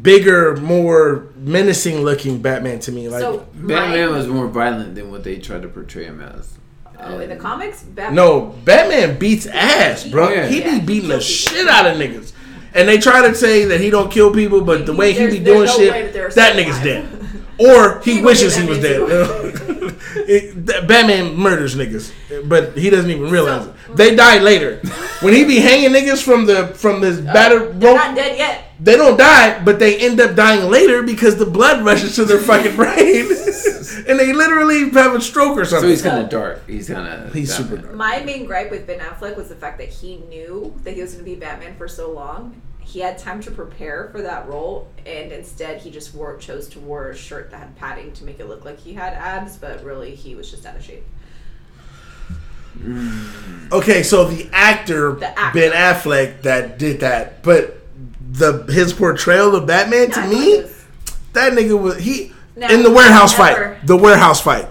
Speaker 3: bigger, more menacing looking Batman to me. Like
Speaker 1: so
Speaker 4: Batman
Speaker 1: Ryan-
Speaker 4: was more violent than what they tried to portray him as.
Speaker 1: oh, in the comics, Batman.
Speaker 3: No, Batman beats ass, bro.
Speaker 4: Yeah.
Speaker 3: He
Speaker 1: Yeah,
Speaker 3: be
Speaker 1: he
Speaker 3: beating the
Speaker 1: kills people.
Speaker 3: shit out of niggas. And they try to say that he don't kill people, but the way he
Speaker 1: There's-
Speaker 3: be
Speaker 1: there's
Speaker 3: doing
Speaker 1: no way
Speaker 3: shit,
Speaker 1: that they're
Speaker 3: that,
Speaker 1: still
Speaker 3: nigga's
Speaker 1: alive.
Speaker 3: dead. Or he
Speaker 1: He
Speaker 3: wishes he was
Speaker 1: would
Speaker 3: dead.
Speaker 1: do
Speaker 3: It- that- Batman murders niggas, but he doesn't even realize it. They die later. When he be hanging niggas from the from this batter
Speaker 1: Uh, They're
Speaker 3: rope,
Speaker 1: not dead yet.
Speaker 3: they don't die, but they end up dying later because the blood rushes to their fucking brain, and they literally have a stroke or
Speaker 4: So
Speaker 3: something.
Speaker 4: he's kind of dark. He's kind of.
Speaker 3: He's super dark.
Speaker 1: My main gripe with Ben Affleck was the fact that he knew that he was going to be Batman for so long. He had time to prepare for that role, and instead he just wore chose to wear a shirt that had padding to make it look like he had abs, but really he was just out of shape.
Speaker 3: Okay, so the actor,
Speaker 1: The actor.
Speaker 3: Ben Affleck that did that, but the his portrayal of Batman to
Speaker 1: I
Speaker 3: me,
Speaker 1: thought it was-
Speaker 3: that nigga was he
Speaker 1: No,
Speaker 3: in the warehouse
Speaker 1: never.
Speaker 3: fight. The warehouse fight.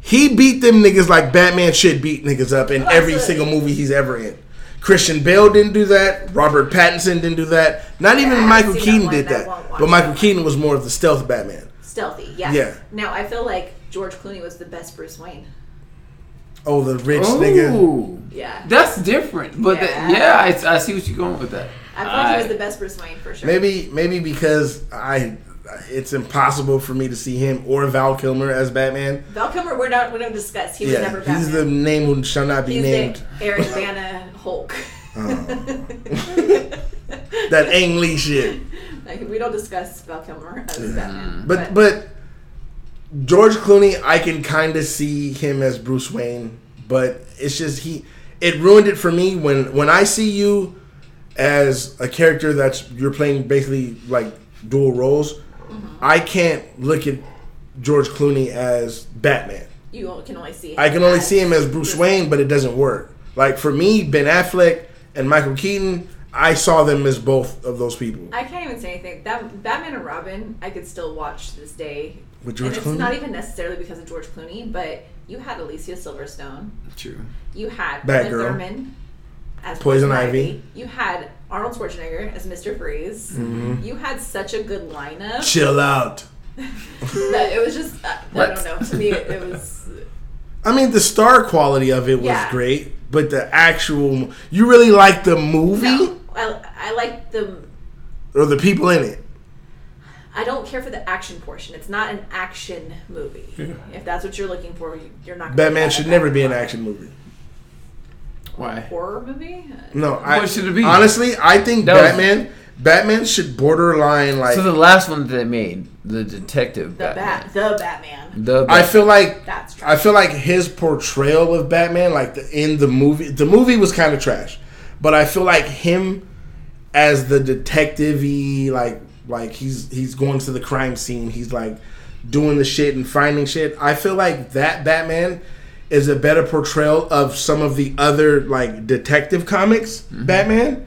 Speaker 3: He beat them niggas like Batman should beat niggas up in every
Speaker 1: Oh, Absolutely.
Speaker 3: single movie he's ever in. Christian Bale didn't do that. Robert Pattinson didn't do that. Not even
Speaker 1: I haven't
Speaker 3: Michael
Speaker 1: seen
Speaker 3: Keaton
Speaker 1: that one,
Speaker 3: did
Speaker 1: that
Speaker 3: that.
Speaker 1: one watch.
Speaker 3: But Michael Keaton was more of the stealth Batman.
Speaker 1: Stealthy, yes.
Speaker 3: Yeah.
Speaker 1: Now I feel like George Clooney was the best Bruce Wayne.
Speaker 3: Oh, the rich nigga.
Speaker 4: Ooh,
Speaker 1: Yeah.
Speaker 4: that's different. But that- yeah,
Speaker 1: Yeah.
Speaker 4: I, I see what you're going with that.
Speaker 1: I feel like he was
Speaker 4: I-
Speaker 1: the best Bruce Wayne for sure.
Speaker 3: Maybe maybe because I it's impossible for me to see him or Val Kilmer as Batman.
Speaker 1: Val Kilmer, we're not we don't discuss. He was never Batman.
Speaker 3: he's the name who shall not be
Speaker 1: He's
Speaker 3: named.
Speaker 1: the Eric Bana Hulk.
Speaker 3: Oh. That Ang Lee shit.
Speaker 1: like, we don't discuss Val Kilmer as Batman.
Speaker 3: But but George Clooney, I can kind of see him as Bruce Wayne, but it's just he. It ruined it for me when when I see you as a character that's you're playing basically like dual roles.
Speaker 1: Mm-hmm.
Speaker 3: I can't look at George Clooney as Batman.
Speaker 1: you can only see. Him
Speaker 3: I can only
Speaker 1: as-
Speaker 3: see him as Bruce Wayne, but it doesn't work. Like for me, Ben Affleck and Michael Keaton, I saw them as both of those people.
Speaker 1: I can't even say anything. That Batman and Robin, I could still watch to this day.
Speaker 3: With
Speaker 1: and
Speaker 3: George
Speaker 1: it's
Speaker 3: Clooney?
Speaker 1: not even necessarily because of George Clooney, but you had Alicia Silverstone.
Speaker 4: True.
Speaker 1: You had
Speaker 3: Batgirl.
Speaker 1: Bad Thurman as
Speaker 3: Poison Ivy.
Speaker 1: You had Arnold Schwarzenegger as Mr. Freeze.
Speaker 3: Mm-hmm.
Speaker 1: You had such a good lineup
Speaker 3: Chill out.
Speaker 1: that it was just uh, I
Speaker 4: What?
Speaker 1: don't know. To me, it, it was
Speaker 3: I mean, the star quality of it was
Speaker 1: Yeah.
Speaker 3: great, but the actual you really like the movie
Speaker 1: no. I I like the.
Speaker 3: or the people in it.
Speaker 1: I don't care for the action portion. It's not an action movie. If that's what you're looking for, you- you're not. Gonna
Speaker 3: Batman
Speaker 1: get
Speaker 3: should
Speaker 1: that
Speaker 3: never be an
Speaker 1: Batman.
Speaker 3: action movie.
Speaker 4: Why?
Speaker 1: horror movie.
Speaker 3: No, I,
Speaker 4: What should it be?
Speaker 3: Honestly, I think
Speaker 2: That was-
Speaker 3: Batman, Batman should borderline like.
Speaker 2: So the last one that they made, the detective
Speaker 1: The Bat, the Batman.
Speaker 2: The
Speaker 3: I feel like
Speaker 1: That's true.
Speaker 3: I feel like his portrayal of Batman, like the, in the movie, the movie was kind of trash, but I feel like him as the detective, he like like he's he's going to the crime scene, he's like doing the shit and finding shit. I feel like that Batman is a better portrayal of some of the other like detective comics Batman,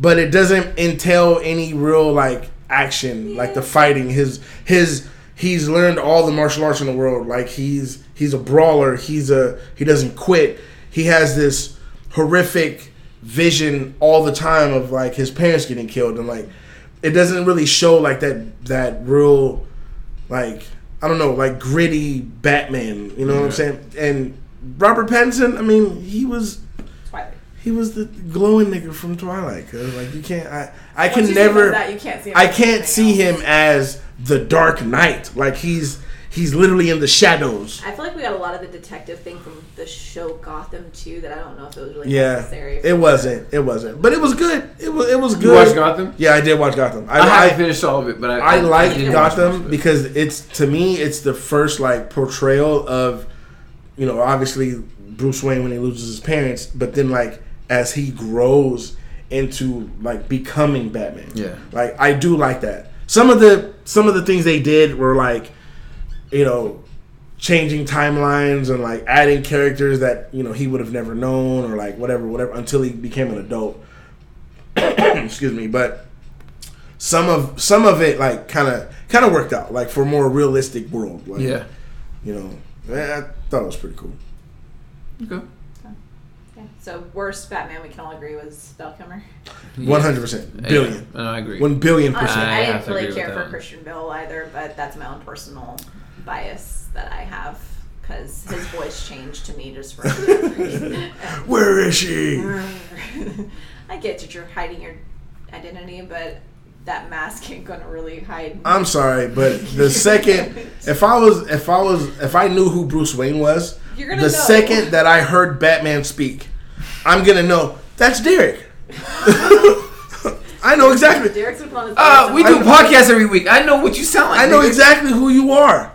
Speaker 3: but it doesn't entail any real like action, like the fighting. His his he's learned all the martial arts in the world. Like he's he's a brawler. He's a he doesn't quit. He has this horrific vision all the time of like his parents getting killed and like it doesn't really show like that that real like I don't know like gritty Batman. You know what I'm saying? And Robert Pattinson, I mean, he was
Speaker 1: Twilight.
Speaker 3: he was the glowing nigga from Twilight. Cause like you can't, I, I
Speaker 1: Once
Speaker 3: can
Speaker 1: you see him
Speaker 3: never,
Speaker 1: as that, you can't see him
Speaker 3: I
Speaker 1: as
Speaker 3: can't
Speaker 1: anything
Speaker 3: see
Speaker 1: else.
Speaker 3: him as the Dark Knight. Like he's he's literally in the shadows.
Speaker 1: I feel like we got a lot of the detective thing from the show Gotham too. That I don't know if it was really
Speaker 3: Yeah,
Speaker 1: necessary.
Speaker 3: it wasn't, it wasn't, but it was good. It was, it was good.
Speaker 4: You watched Gotham?
Speaker 3: Yeah, I did watch Gotham.
Speaker 4: I,
Speaker 3: I, I,
Speaker 4: haven't finished all of it, but I
Speaker 3: I like
Speaker 4: did watch most
Speaker 3: Gotham
Speaker 4: of it.
Speaker 3: because it's to me it's the first like portrayal of you know obviously Bruce Wayne when he loses his parents, but then like as he grows into like becoming Batman.
Speaker 2: Yeah.
Speaker 3: Like I do like that. Some of the some of the things they did were like you know changing timelines and like adding characters that you know he would have never known or like whatever whatever until he became an adult excuse me but some of some of it like kind of kind of worked out like for a more realistic world like
Speaker 2: yeah.
Speaker 3: you know eh, i thought it was pretty cool
Speaker 4: Okay.
Speaker 1: Okay. So worst Batman we can all agree was Val Kilmer.
Speaker 3: 100% billion
Speaker 2: Yeah, no, I agree.
Speaker 3: 1 billion
Speaker 1: Honestly,
Speaker 3: percent
Speaker 2: I
Speaker 1: I,
Speaker 2: have
Speaker 1: didn't
Speaker 2: to agree
Speaker 1: really
Speaker 2: with
Speaker 1: care
Speaker 2: that
Speaker 1: for
Speaker 2: one.
Speaker 1: Christian Bale either, but that's my own personal bias that I have because his voice changed to me just for.
Speaker 3: where is she
Speaker 1: I get that you're hiding your identity, but that mask ain't gonna really hide.
Speaker 3: i'm sorry but the second if i was if i was if i knew who bruce wayne was
Speaker 1: You're
Speaker 3: the
Speaker 1: gonna know.
Speaker 3: second that i heard batman speak i'm gonna know that's derek i know exactly
Speaker 1: Derek's upon his.
Speaker 2: Uh, we
Speaker 1: face.
Speaker 2: do podcasts every week. I know what you sound like.
Speaker 3: i know
Speaker 2: nigga.
Speaker 3: exactly who you are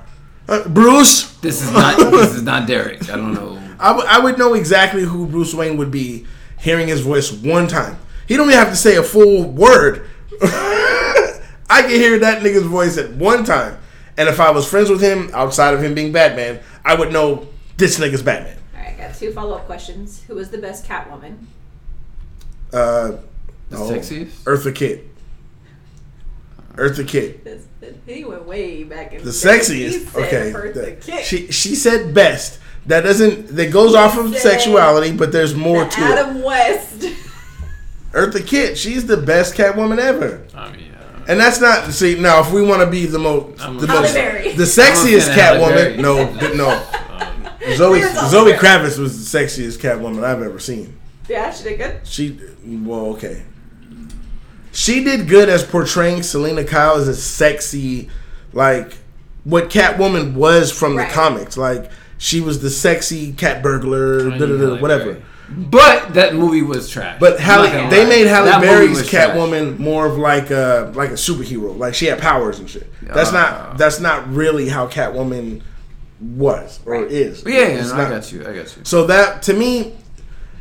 Speaker 3: Uh, bruce
Speaker 2: This is not. this is not Derek. I don't know.
Speaker 3: I would- I would know exactly who Bruce Wayne would be hearing his voice one time. He don't even have to say a full word. I can hear that nigga's voice at one time. And if I was friends with him outside of him being Batman, I would know this nigga's Batman.
Speaker 1: All right, I got two follow up questions. Who was the best Catwoman?
Speaker 3: Uh,
Speaker 2: The
Speaker 3: oh,
Speaker 2: sexiest?
Speaker 3: Eartha Kitt. Eartha Kitt.
Speaker 1: This, this, he went way back in
Speaker 3: The
Speaker 1: day. He
Speaker 3: sexiest.
Speaker 1: said
Speaker 3: okay.
Speaker 1: Eartha
Speaker 3: that-
Speaker 1: Kitt.
Speaker 3: She she said best. that doesn't that goes off of sexuality, but there's more to it.
Speaker 1: Adam West.
Speaker 3: Eartha Kitt, she's the best Catwoman ever,
Speaker 4: I mean, uh,
Speaker 3: and that's not see now. If we want to be the most,
Speaker 4: I'm
Speaker 3: the
Speaker 4: a- Halle
Speaker 3: most,
Speaker 1: Berry.
Speaker 3: the sexiest
Speaker 4: I'm a fan of Halle Berry.
Speaker 3: Catwoman.
Speaker 4: Um,
Speaker 3: No, d- no. Zoe
Speaker 1: Where's all
Speaker 3: Zoe
Speaker 1: the-
Speaker 3: Kravitz was the sexiest Catwoman I've ever seen.
Speaker 1: yeah, she did good.
Speaker 3: She well, okay. She did good as portraying Selena Kyle as a sexy, like what Catwoman was from
Speaker 1: Right.
Speaker 3: the comics. Like she was the sexy cat burglar,
Speaker 4: Tiny
Speaker 3: da, da, da,
Speaker 4: Halle
Speaker 3: whatever.
Speaker 4: Berry. But that movie was trash.
Speaker 3: But Halle,
Speaker 4: I'm not gonna
Speaker 3: they
Speaker 4: lie.
Speaker 3: made Halle
Speaker 4: That movie
Speaker 3: Berry's
Speaker 4: was trash.
Speaker 3: Catwoman more of like a like a superhero. Like she had powers and shit. That's
Speaker 4: Ah.
Speaker 3: not that's not really how Catwoman was or
Speaker 1: Right.
Speaker 3: is.
Speaker 4: But yeah, yeah
Speaker 3: It's
Speaker 4: no, I
Speaker 3: not-
Speaker 4: got you. I got you.
Speaker 3: So that to me,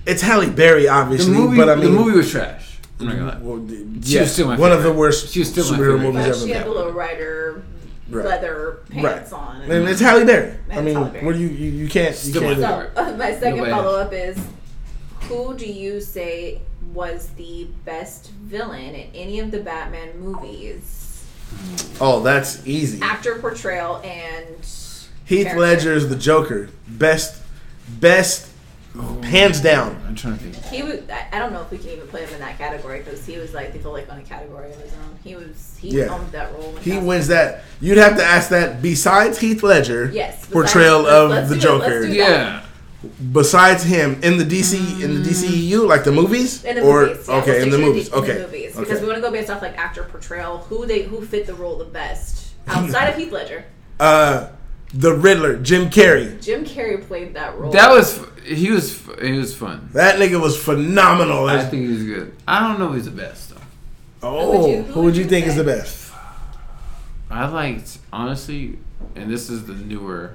Speaker 3: it's Halle Berry,
Speaker 4: The
Speaker 3: obviously.
Speaker 4: movie,
Speaker 3: but I mean,
Speaker 4: the movie was trash. I'm not gonna lie.
Speaker 3: Well, th-
Speaker 4: She was still my
Speaker 3: one of the
Speaker 4: favorite.
Speaker 3: worst
Speaker 4: She was still my
Speaker 3: superhero
Speaker 4: favorite.
Speaker 3: movies
Speaker 1: But
Speaker 3: ever.
Speaker 1: she had
Speaker 3: made.
Speaker 1: the little rider
Speaker 3: Right.
Speaker 1: leather pants
Speaker 3: Right.
Speaker 1: on.
Speaker 3: And it's Halle Berry. I
Speaker 1: It's
Speaker 3: mean,
Speaker 1: Halle Berry.
Speaker 3: what do you you, you can't you
Speaker 4: Still my
Speaker 3: can't.
Speaker 4: favorite.
Speaker 1: So uh, my second
Speaker 4: Nobody
Speaker 1: follow up is, who do you say was the best villain in any of the Batman movies?
Speaker 3: Oh, that's easy.
Speaker 1: Actor portrayal and
Speaker 3: Heath
Speaker 1: character.
Speaker 3: Ledger is the Joker. Best, best,
Speaker 4: Oh.
Speaker 3: hands down.
Speaker 4: I'm trying to think.
Speaker 1: He was. I I don't know if we can even put him in that category because he was like the like on a category of his own. He was. He
Speaker 3: Yeah.
Speaker 1: owned that role.
Speaker 3: He wins that. You'd have to ask that. Besides Heath Ledger,
Speaker 1: Yes.
Speaker 3: portrayal
Speaker 1: besides-
Speaker 3: of
Speaker 1: let's-
Speaker 3: the
Speaker 1: let's do it, let's
Speaker 3: Joker.
Speaker 1: do
Speaker 4: Yeah,
Speaker 3: Besides him in the DC in the DCEU, like the movies,
Speaker 1: Mm. In the
Speaker 3: or
Speaker 1: movies, yeah,
Speaker 3: okay,
Speaker 1: we'll
Speaker 3: in the
Speaker 1: stick to
Speaker 3: movies,
Speaker 1: in
Speaker 3: okay,
Speaker 1: the E movies, because we
Speaker 3: okay.
Speaker 1: want to go based off like actor portrayal, who they who fit the role the best outside of Heath Ledger.
Speaker 3: Uh, the Riddler, Jim Carrey.
Speaker 1: Jim Carrey played that role.
Speaker 4: that was he was he was fun.
Speaker 3: That nigga was phenomenal.
Speaker 4: I
Speaker 3: as-
Speaker 4: think he was good. I don't know if he's the best though.
Speaker 3: oh,
Speaker 1: Who would you-
Speaker 3: who would you think is the best?
Speaker 4: I liked honestly, and this is the newer.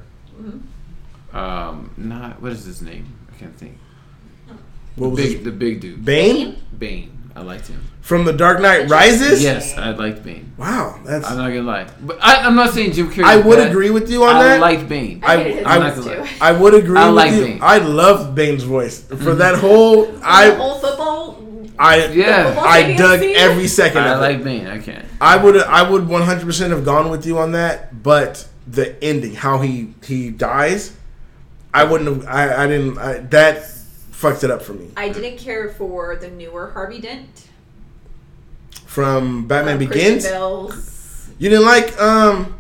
Speaker 4: Um, not what is his name? I can't think.
Speaker 3: What was
Speaker 4: Big
Speaker 3: his-
Speaker 4: the big dude.
Speaker 3: Bane
Speaker 4: Bane. I liked him.
Speaker 3: from The Dark Knight Rises?
Speaker 4: Yes, I liked Bane.
Speaker 3: Wow, that's.
Speaker 4: I'm not gonna lie, but I, I'm not saying Jim Carrey.
Speaker 3: I would
Speaker 4: but
Speaker 3: agree with you on
Speaker 4: I
Speaker 3: that.
Speaker 4: liked Bane.
Speaker 1: I,
Speaker 3: I-
Speaker 1: hated his
Speaker 3: I-
Speaker 1: voice, too.
Speaker 3: I would agree
Speaker 4: I
Speaker 3: with
Speaker 4: like
Speaker 3: you.
Speaker 4: Bane. Mm-hmm.
Speaker 3: I love Bane's voice for that whole.
Speaker 1: the
Speaker 3: I
Speaker 1: whole football.
Speaker 3: I
Speaker 4: Yeah.
Speaker 3: I dug
Speaker 1: Stadium scene?
Speaker 3: every second
Speaker 4: I
Speaker 3: of it.
Speaker 4: like Bane. I can't.
Speaker 3: I would I would 100 percent have gone with you on that, but the ending, how he he dies, I wouldn't have. I I didn't. I, that fucked it up for me.
Speaker 1: I didn't care for the newer Harvey Dent.
Speaker 3: From Batman
Speaker 1: Christian
Speaker 3: Begins,
Speaker 1: Bale's-
Speaker 3: you didn't like um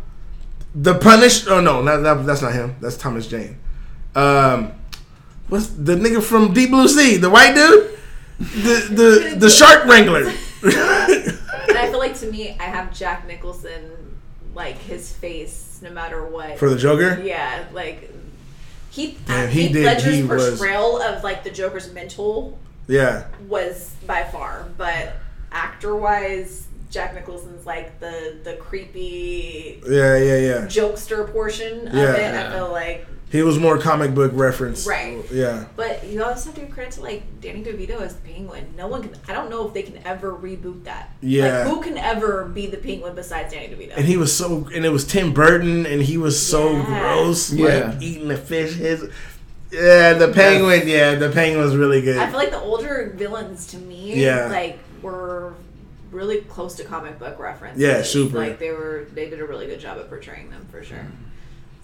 Speaker 3: the Punish. Oh no, not, that, that's not him. That's Thomas Jane. Um, what's the nigga from Deep Blue Sea? The white dude, the the the shark wrangler.
Speaker 1: and I feel like to me, I have Jack Nicholson like his face, no matter what.
Speaker 3: for the Joker.
Speaker 1: Yeah, like he
Speaker 3: Yeah, he
Speaker 1: he, Heath
Speaker 3: did-
Speaker 1: Ledger's
Speaker 3: he was-
Speaker 1: portrayal of like the Joker's mental
Speaker 3: Yeah,
Speaker 1: was by far, but actor wise, Jack Nicholson's like the the creepy
Speaker 3: yeah, yeah, yeah.
Speaker 1: jokester portion of
Speaker 3: Yeah.
Speaker 1: it. I feel like,
Speaker 3: He was more comic book reference.
Speaker 1: Right.
Speaker 3: Yeah.
Speaker 1: but you also have to give credit to like Danny DeVito as the Penguin. No one can. I don't know if they can ever reboot that.
Speaker 3: Yeah.
Speaker 1: like, who can ever be the Penguin besides Danny DeVito?
Speaker 3: and he was so and it was Tim Burton and he was so
Speaker 1: Yeah.
Speaker 3: gross
Speaker 4: Yeah.
Speaker 3: like eating the fish his yeah the penguin yeah the penguin was really good
Speaker 1: I feel like the older villains to me,
Speaker 3: Yeah.
Speaker 1: like were really close to comic book references.
Speaker 3: Yeah, super.
Speaker 1: Like they were, they did a really good job at portraying them for sure.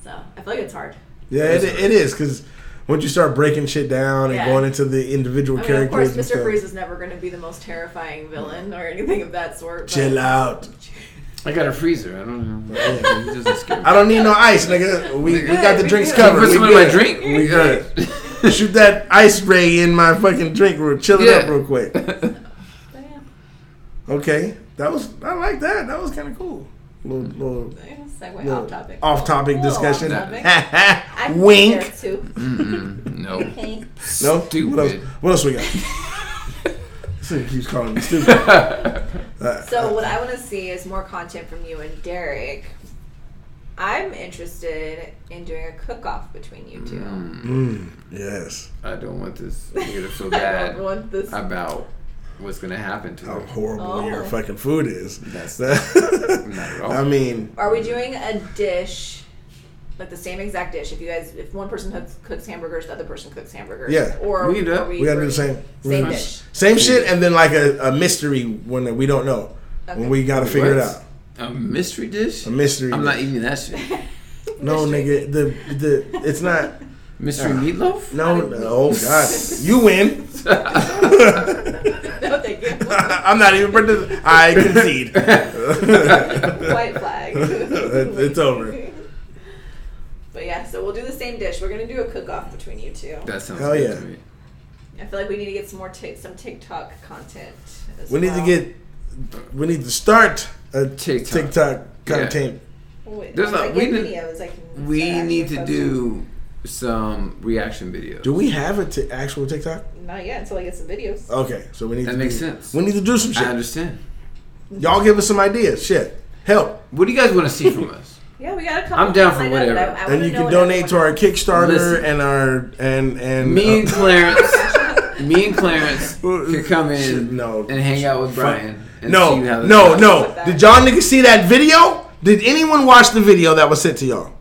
Speaker 1: So I feel like it's hard.
Speaker 3: yeah it, it is because once you start breaking shit down and
Speaker 1: Yeah.
Speaker 3: going into the individual
Speaker 1: I mean, of
Speaker 3: characters
Speaker 1: course,
Speaker 3: and
Speaker 1: Mister
Speaker 3: stuff,
Speaker 1: Freeze is never going to be the most terrifying villain or anything of that sort. But
Speaker 3: chill out
Speaker 4: I got a freezer. I don't know. It doesn't scare me.
Speaker 3: I don't need no ice nigga we, we got the
Speaker 1: We
Speaker 3: drinks
Speaker 1: good.
Speaker 3: covered
Speaker 4: Put
Speaker 3: We
Speaker 4: some in my
Speaker 3: good.
Speaker 4: drink.
Speaker 3: we good shoot that ice ray in my fucking drink we'll chill it
Speaker 4: Yeah.
Speaker 3: up real quick
Speaker 1: So, yeah,
Speaker 3: okay that was I like that that was kind of cool little little
Speaker 1: so, yeah, segue
Speaker 3: little
Speaker 1: off topic.
Speaker 3: off-topic
Speaker 1: A little
Speaker 3: discussion.
Speaker 1: off-topic. I think
Speaker 3: wink
Speaker 1: there's two.
Speaker 4: Mm-mm, no.
Speaker 1: Okay.
Speaker 3: No.
Speaker 4: Stupid.
Speaker 3: What else? What else we got? this nigga keeps calling me stupid. Uh,
Speaker 1: So what I want to see is more content from you and Derek. I'm interested in doing a cook-off between you two.
Speaker 3: Mm, yes,
Speaker 4: I don't want this nigga to feel
Speaker 1: I
Speaker 4: bad
Speaker 1: don't want this.
Speaker 4: about what's gonna happen to
Speaker 3: how
Speaker 4: her.
Speaker 3: horrible your
Speaker 1: Oh.
Speaker 3: fucking food is.
Speaker 4: That's- at all.
Speaker 3: I mean,
Speaker 1: Are we doing a dish, like the same exact dish? If you guys, if one person cooks, cooks hamburgers, the other person cooks hamburgers.
Speaker 3: Yeah.
Speaker 1: Or
Speaker 4: We can do
Speaker 1: are
Speaker 4: that.
Speaker 3: we gotta do the same.
Speaker 1: Same
Speaker 3: Mhm.
Speaker 1: dish.
Speaker 3: Same shit, and then like a, a mystery one that we don't know.
Speaker 1: Okay.
Speaker 3: When we gotta figure it
Speaker 4: What?
Speaker 3: out.
Speaker 4: A mystery dish?
Speaker 3: A mystery.
Speaker 4: I'm not eating that shit.
Speaker 3: No, nigga. The the it's not.
Speaker 2: Mystery Meatloaf?
Speaker 3: No, no, oh God, you win.
Speaker 1: No, thank you.
Speaker 3: I'm not even. partic- I concede.
Speaker 1: White flag.
Speaker 3: It- it's over.
Speaker 1: But yeah, so we'll do the same dish. We're gonna do a cook off between you two.
Speaker 4: That sounds
Speaker 3: Hell
Speaker 4: good
Speaker 3: yeah.
Speaker 4: to me.
Speaker 1: I feel like we need to get some more tick some TikTok content. As
Speaker 3: We need to
Speaker 1: well.
Speaker 3: get. We need to start a TikTok,
Speaker 4: TikTok.
Speaker 3: content.
Speaker 1: Wait,
Speaker 4: There's
Speaker 1: once
Speaker 4: a-
Speaker 1: I
Speaker 4: we
Speaker 1: get
Speaker 4: need-
Speaker 1: videos, I can start
Speaker 4: We
Speaker 1: asking
Speaker 4: need to
Speaker 1: questions.
Speaker 4: do some reaction videos.
Speaker 3: Do we have a t- actual TikTok?
Speaker 1: not yet until I get some videos.
Speaker 3: Okay, so we need.
Speaker 4: That
Speaker 3: to
Speaker 4: makes
Speaker 3: do,
Speaker 4: sense.
Speaker 3: We need to do some
Speaker 4: I
Speaker 3: shit.
Speaker 4: understand.
Speaker 3: Y'all give us some ideas. Shit, help,
Speaker 4: What do you guys want to see from us?
Speaker 1: Yeah, we got a couple.
Speaker 4: I'm down
Speaker 1: things
Speaker 4: for
Speaker 1: lined up,
Speaker 4: whatever.
Speaker 1: but I- I
Speaker 3: and
Speaker 1: wanna
Speaker 3: you
Speaker 1: know
Speaker 3: can
Speaker 1: what
Speaker 3: donate
Speaker 1: everyone-
Speaker 3: to our Kickstarter
Speaker 4: Listen.
Speaker 3: and our and and
Speaker 4: Me
Speaker 3: uh,
Speaker 4: and Clarence, me and Clarence could come
Speaker 3: Shit,
Speaker 4: in
Speaker 3: no.
Speaker 4: and hang out with
Speaker 3: Fuck.
Speaker 4: Brian. And
Speaker 3: no,
Speaker 4: see how this
Speaker 3: no,
Speaker 4: goes.
Speaker 3: no. Did y'all niggas see that video? Did anyone watch the video that was sent to y'all?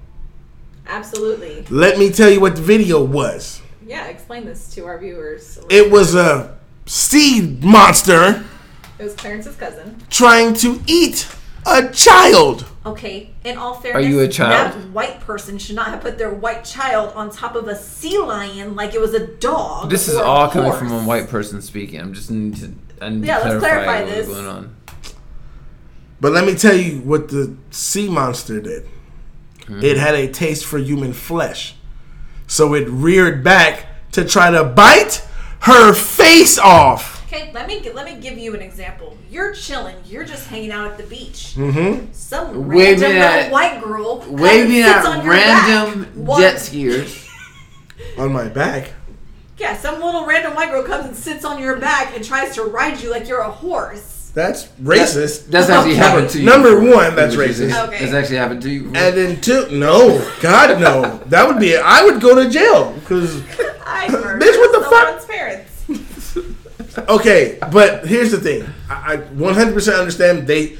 Speaker 1: Absolutely.
Speaker 3: Let me tell you what the video was.
Speaker 1: Yeah, explain this to our viewers.
Speaker 3: It was a sea monster
Speaker 1: It was Clarence's cousin.
Speaker 3: trying to eat a child.
Speaker 1: Okay, in all fairness,
Speaker 2: you a child?
Speaker 1: that white person should not have put their white child on top of a sea lion like it was a dog.
Speaker 2: This is
Speaker 1: or a
Speaker 2: all coming
Speaker 1: horse.
Speaker 2: from a white person speaking. I'm just need to I need
Speaker 1: Yeah,
Speaker 2: to
Speaker 1: let's
Speaker 2: clarify,
Speaker 1: clarify
Speaker 2: what's
Speaker 1: this.
Speaker 2: going on.
Speaker 3: But let me tell you what the sea monster did. It had a taste for human flesh. So it reared back to try to bite her face off.
Speaker 1: Okay, let me let me give you an example. You're chilling. You're just hanging out at the beach. Some
Speaker 4: Waving
Speaker 1: random
Speaker 4: at-
Speaker 1: little white girl comes and
Speaker 4: Waving
Speaker 1: sits
Speaker 4: at
Speaker 1: on your back.
Speaker 4: random
Speaker 1: One-
Speaker 4: jet skiers.
Speaker 3: On my back.
Speaker 1: Yeah, some little random white girl comes and sits on your back and tries to ride you like you're a horse.
Speaker 3: That's racist.
Speaker 4: That's actually
Speaker 1: Okay.
Speaker 4: happened to you.
Speaker 3: Number
Speaker 4: before.
Speaker 3: one, that's
Speaker 4: Which is-
Speaker 3: racist.
Speaker 1: Okay.
Speaker 4: That's actually happened to you. before.
Speaker 3: And then two, no, God, no. That would be. I would go to jail because.
Speaker 1: I
Speaker 3: Bitch, what the fuck?
Speaker 1: someone's parents.
Speaker 3: Okay, but here's the thing. I I 100% understand they.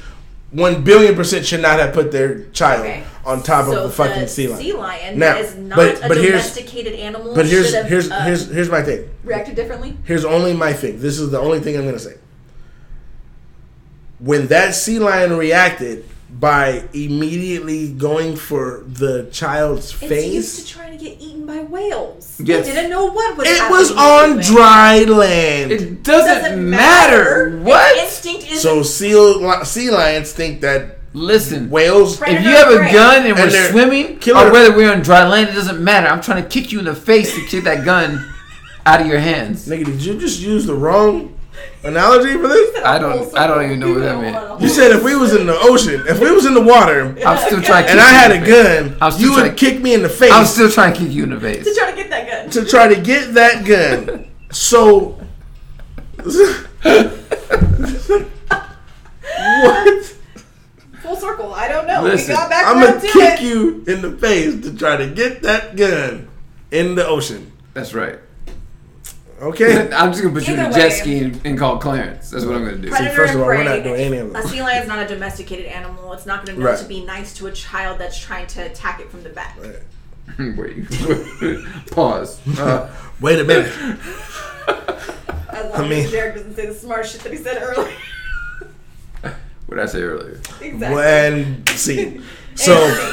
Speaker 3: One billion percent should not have put their child
Speaker 1: Okay.
Speaker 3: on top
Speaker 1: So
Speaker 3: of the fucking sea lion.
Speaker 1: Sea lion
Speaker 3: Now,
Speaker 1: that is not
Speaker 3: but-
Speaker 1: a
Speaker 3: but here's-
Speaker 1: domesticated animal.
Speaker 3: But here's
Speaker 1: should have,
Speaker 3: here's
Speaker 1: uh,
Speaker 3: here's here's my thing.
Speaker 1: reacted differently.
Speaker 3: Here's only my thing. This is the only thing I'm gonna say. When that sea lion reacted by immediately going for the child's
Speaker 1: It's used to
Speaker 3: face,
Speaker 1: trying to get eaten by wales.
Speaker 4: Yes.
Speaker 1: They didn't know what was.
Speaker 3: it
Speaker 1: happening
Speaker 3: was
Speaker 1: to
Speaker 3: on
Speaker 1: it.
Speaker 3: dry land.
Speaker 4: it doesn't,
Speaker 1: Doesn't
Speaker 4: matter.
Speaker 1: matter.
Speaker 4: What?
Speaker 1: Instinct is
Speaker 3: So seal li- sea lions think that
Speaker 2: Listen,
Speaker 3: whales.
Speaker 1: Right.
Speaker 2: if you have a
Speaker 1: Right.
Speaker 2: gun and,
Speaker 3: And
Speaker 2: we're
Speaker 3: they're
Speaker 2: swimming,
Speaker 3: killer-
Speaker 2: or whether we're on dry land, it doesn't matter. I'm trying to kick you in the face to get that gun out of your hands.
Speaker 3: Nigga, did you just use the wrong analogy for this?
Speaker 2: I don't. I don't even know what that meant.
Speaker 1: meant.
Speaker 3: You said if we was in the ocean, if we was in the water,
Speaker 2: I'm still trying. To kick
Speaker 3: and I
Speaker 2: you
Speaker 3: had
Speaker 2: in
Speaker 3: a
Speaker 2: the face.
Speaker 3: gun,
Speaker 2: I was still
Speaker 3: you would
Speaker 2: trying-
Speaker 3: kick me in the
Speaker 2: I'm
Speaker 3: face
Speaker 2: still trying to kick you in the face.
Speaker 1: to try to get that gun.
Speaker 3: to try to get that gun. So, what?
Speaker 1: Full circle. I don't know.
Speaker 4: Listen,
Speaker 1: we got back
Speaker 3: I'm
Speaker 1: around
Speaker 3: gonna
Speaker 1: to it.
Speaker 3: kick you in the face to try to get that gun in the ocean.
Speaker 4: That's right.
Speaker 3: Okay.
Speaker 4: I'm just gonna put you in a
Speaker 1: Either
Speaker 4: jet
Speaker 1: way.
Speaker 4: ski and, and call Clarence. That's what I'm gonna do.
Speaker 1: Predator
Speaker 3: See, first of
Speaker 1: and
Speaker 3: all, we're not
Speaker 1: prey.
Speaker 3: doing any of
Speaker 1: A
Speaker 3: that.
Speaker 1: sea lion is not a domesticated animal. It's not going to know
Speaker 3: Right.
Speaker 1: to be nice to a child that's trying to attack it from the back.
Speaker 4: Wait. Pause. Uh,
Speaker 3: Wait a minute.
Speaker 1: As long
Speaker 3: I mean-
Speaker 1: as Derek doesn't say the smart shit that he said earlier.
Speaker 4: what did I say earlier?
Speaker 1: exactly.
Speaker 3: And see. So,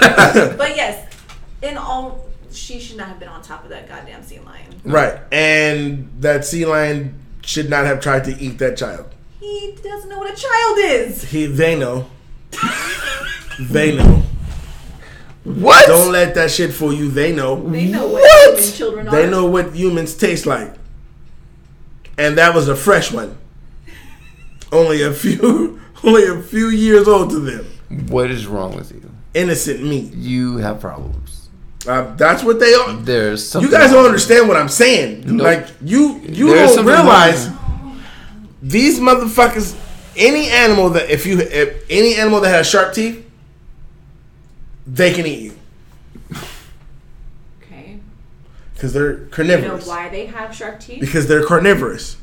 Speaker 1: But yes, in all, she should not have been on top of that goddamn sea lion.
Speaker 3: right. And that sea lion should not have tried to eat that child.
Speaker 1: He doesn't know what a child is.
Speaker 3: He, they know. they know.
Speaker 2: What?
Speaker 3: Don't let that shit fool you. They know.
Speaker 1: They know what,
Speaker 2: What?
Speaker 1: human children are.
Speaker 3: They know what humans taste like. And that was a fresh one. Only a few only a few years old to them.
Speaker 2: what is wrong with you?
Speaker 3: Innocent meat.
Speaker 2: You have problems.
Speaker 3: Uh, that's what they are.
Speaker 2: There's something.
Speaker 3: You guys don't
Speaker 2: wrong.
Speaker 3: understand what I'm saying. Like you you
Speaker 2: There's
Speaker 3: don't
Speaker 2: something
Speaker 3: realize
Speaker 2: wrong.
Speaker 3: these motherfuckers any animal that if you if any animal that has sharp teeth, they can eat you.
Speaker 1: Okay.
Speaker 3: Because they're
Speaker 1: You know
Speaker 3: carnivorous.
Speaker 1: why they have sharp teeth?
Speaker 3: Because they're carnivorous.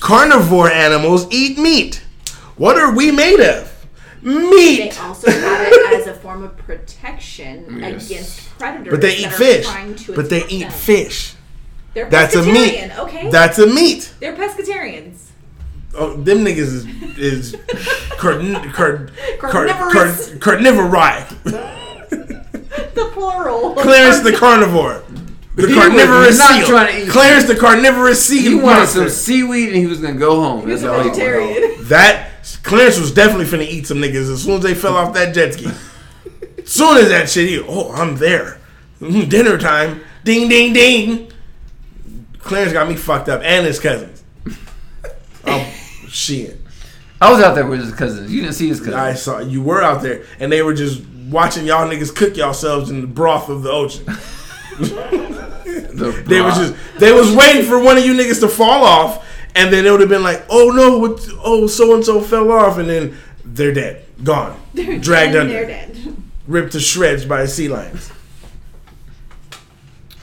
Speaker 3: Carnivore animals eat meat. What are we made of?
Speaker 1: They
Speaker 3: Meat.
Speaker 1: also have it as a form of protection
Speaker 4: Yes.
Speaker 1: against predators.
Speaker 3: But they
Speaker 1: that
Speaker 3: eat
Speaker 1: are
Speaker 3: fish.
Speaker 1: trying to
Speaker 3: But they
Speaker 1: attack
Speaker 3: eat
Speaker 1: them.
Speaker 3: fish.
Speaker 1: They're
Speaker 3: That's a meat.
Speaker 1: pescatarian, Okay.
Speaker 3: That's a meat.
Speaker 1: They're pescatarians.
Speaker 3: Oh, them niggas is, is carn- carn- carn-
Speaker 1: Carnivorous.
Speaker 3: carn- carnivori.
Speaker 1: The plural.
Speaker 3: Clarence the carnivore. The
Speaker 2: He was
Speaker 3: carnivorous
Speaker 2: not
Speaker 3: seal.
Speaker 2: trying to eat-
Speaker 3: Clarence the carnivorous seal.
Speaker 2: He wanted some
Speaker 3: monster.
Speaker 2: seaweed and he was gonna go home.
Speaker 1: He's
Speaker 2: That's
Speaker 1: a
Speaker 2: all he wanted.
Speaker 1: vegetarian.
Speaker 3: That Clarence was definitely finna eat some niggas as soon as they fell off that jet ski. soon as that shit, he oh I'm there. Mm, Dinner time. Ding ding ding. Clarence got me fucked up and his cousins. Oh shit.
Speaker 2: I was out there with his cousins. You didn't see his
Speaker 3: I
Speaker 2: cousins.
Speaker 3: saw you were out there and they were just watching y'all niggas cook yourselves in the broth of the ocean.
Speaker 2: The
Speaker 3: They
Speaker 2: bra.
Speaker 3: was just they was waiting for one of you niggas to fall off, and then it would have been like, oh no, what, oh so and so fell off, and then they're dead, gone, dragged
Speaker 1: And They're
Speaker 3: under,
Speaker 1: dead.
Speaker 3: ripped to shreds by sea lions.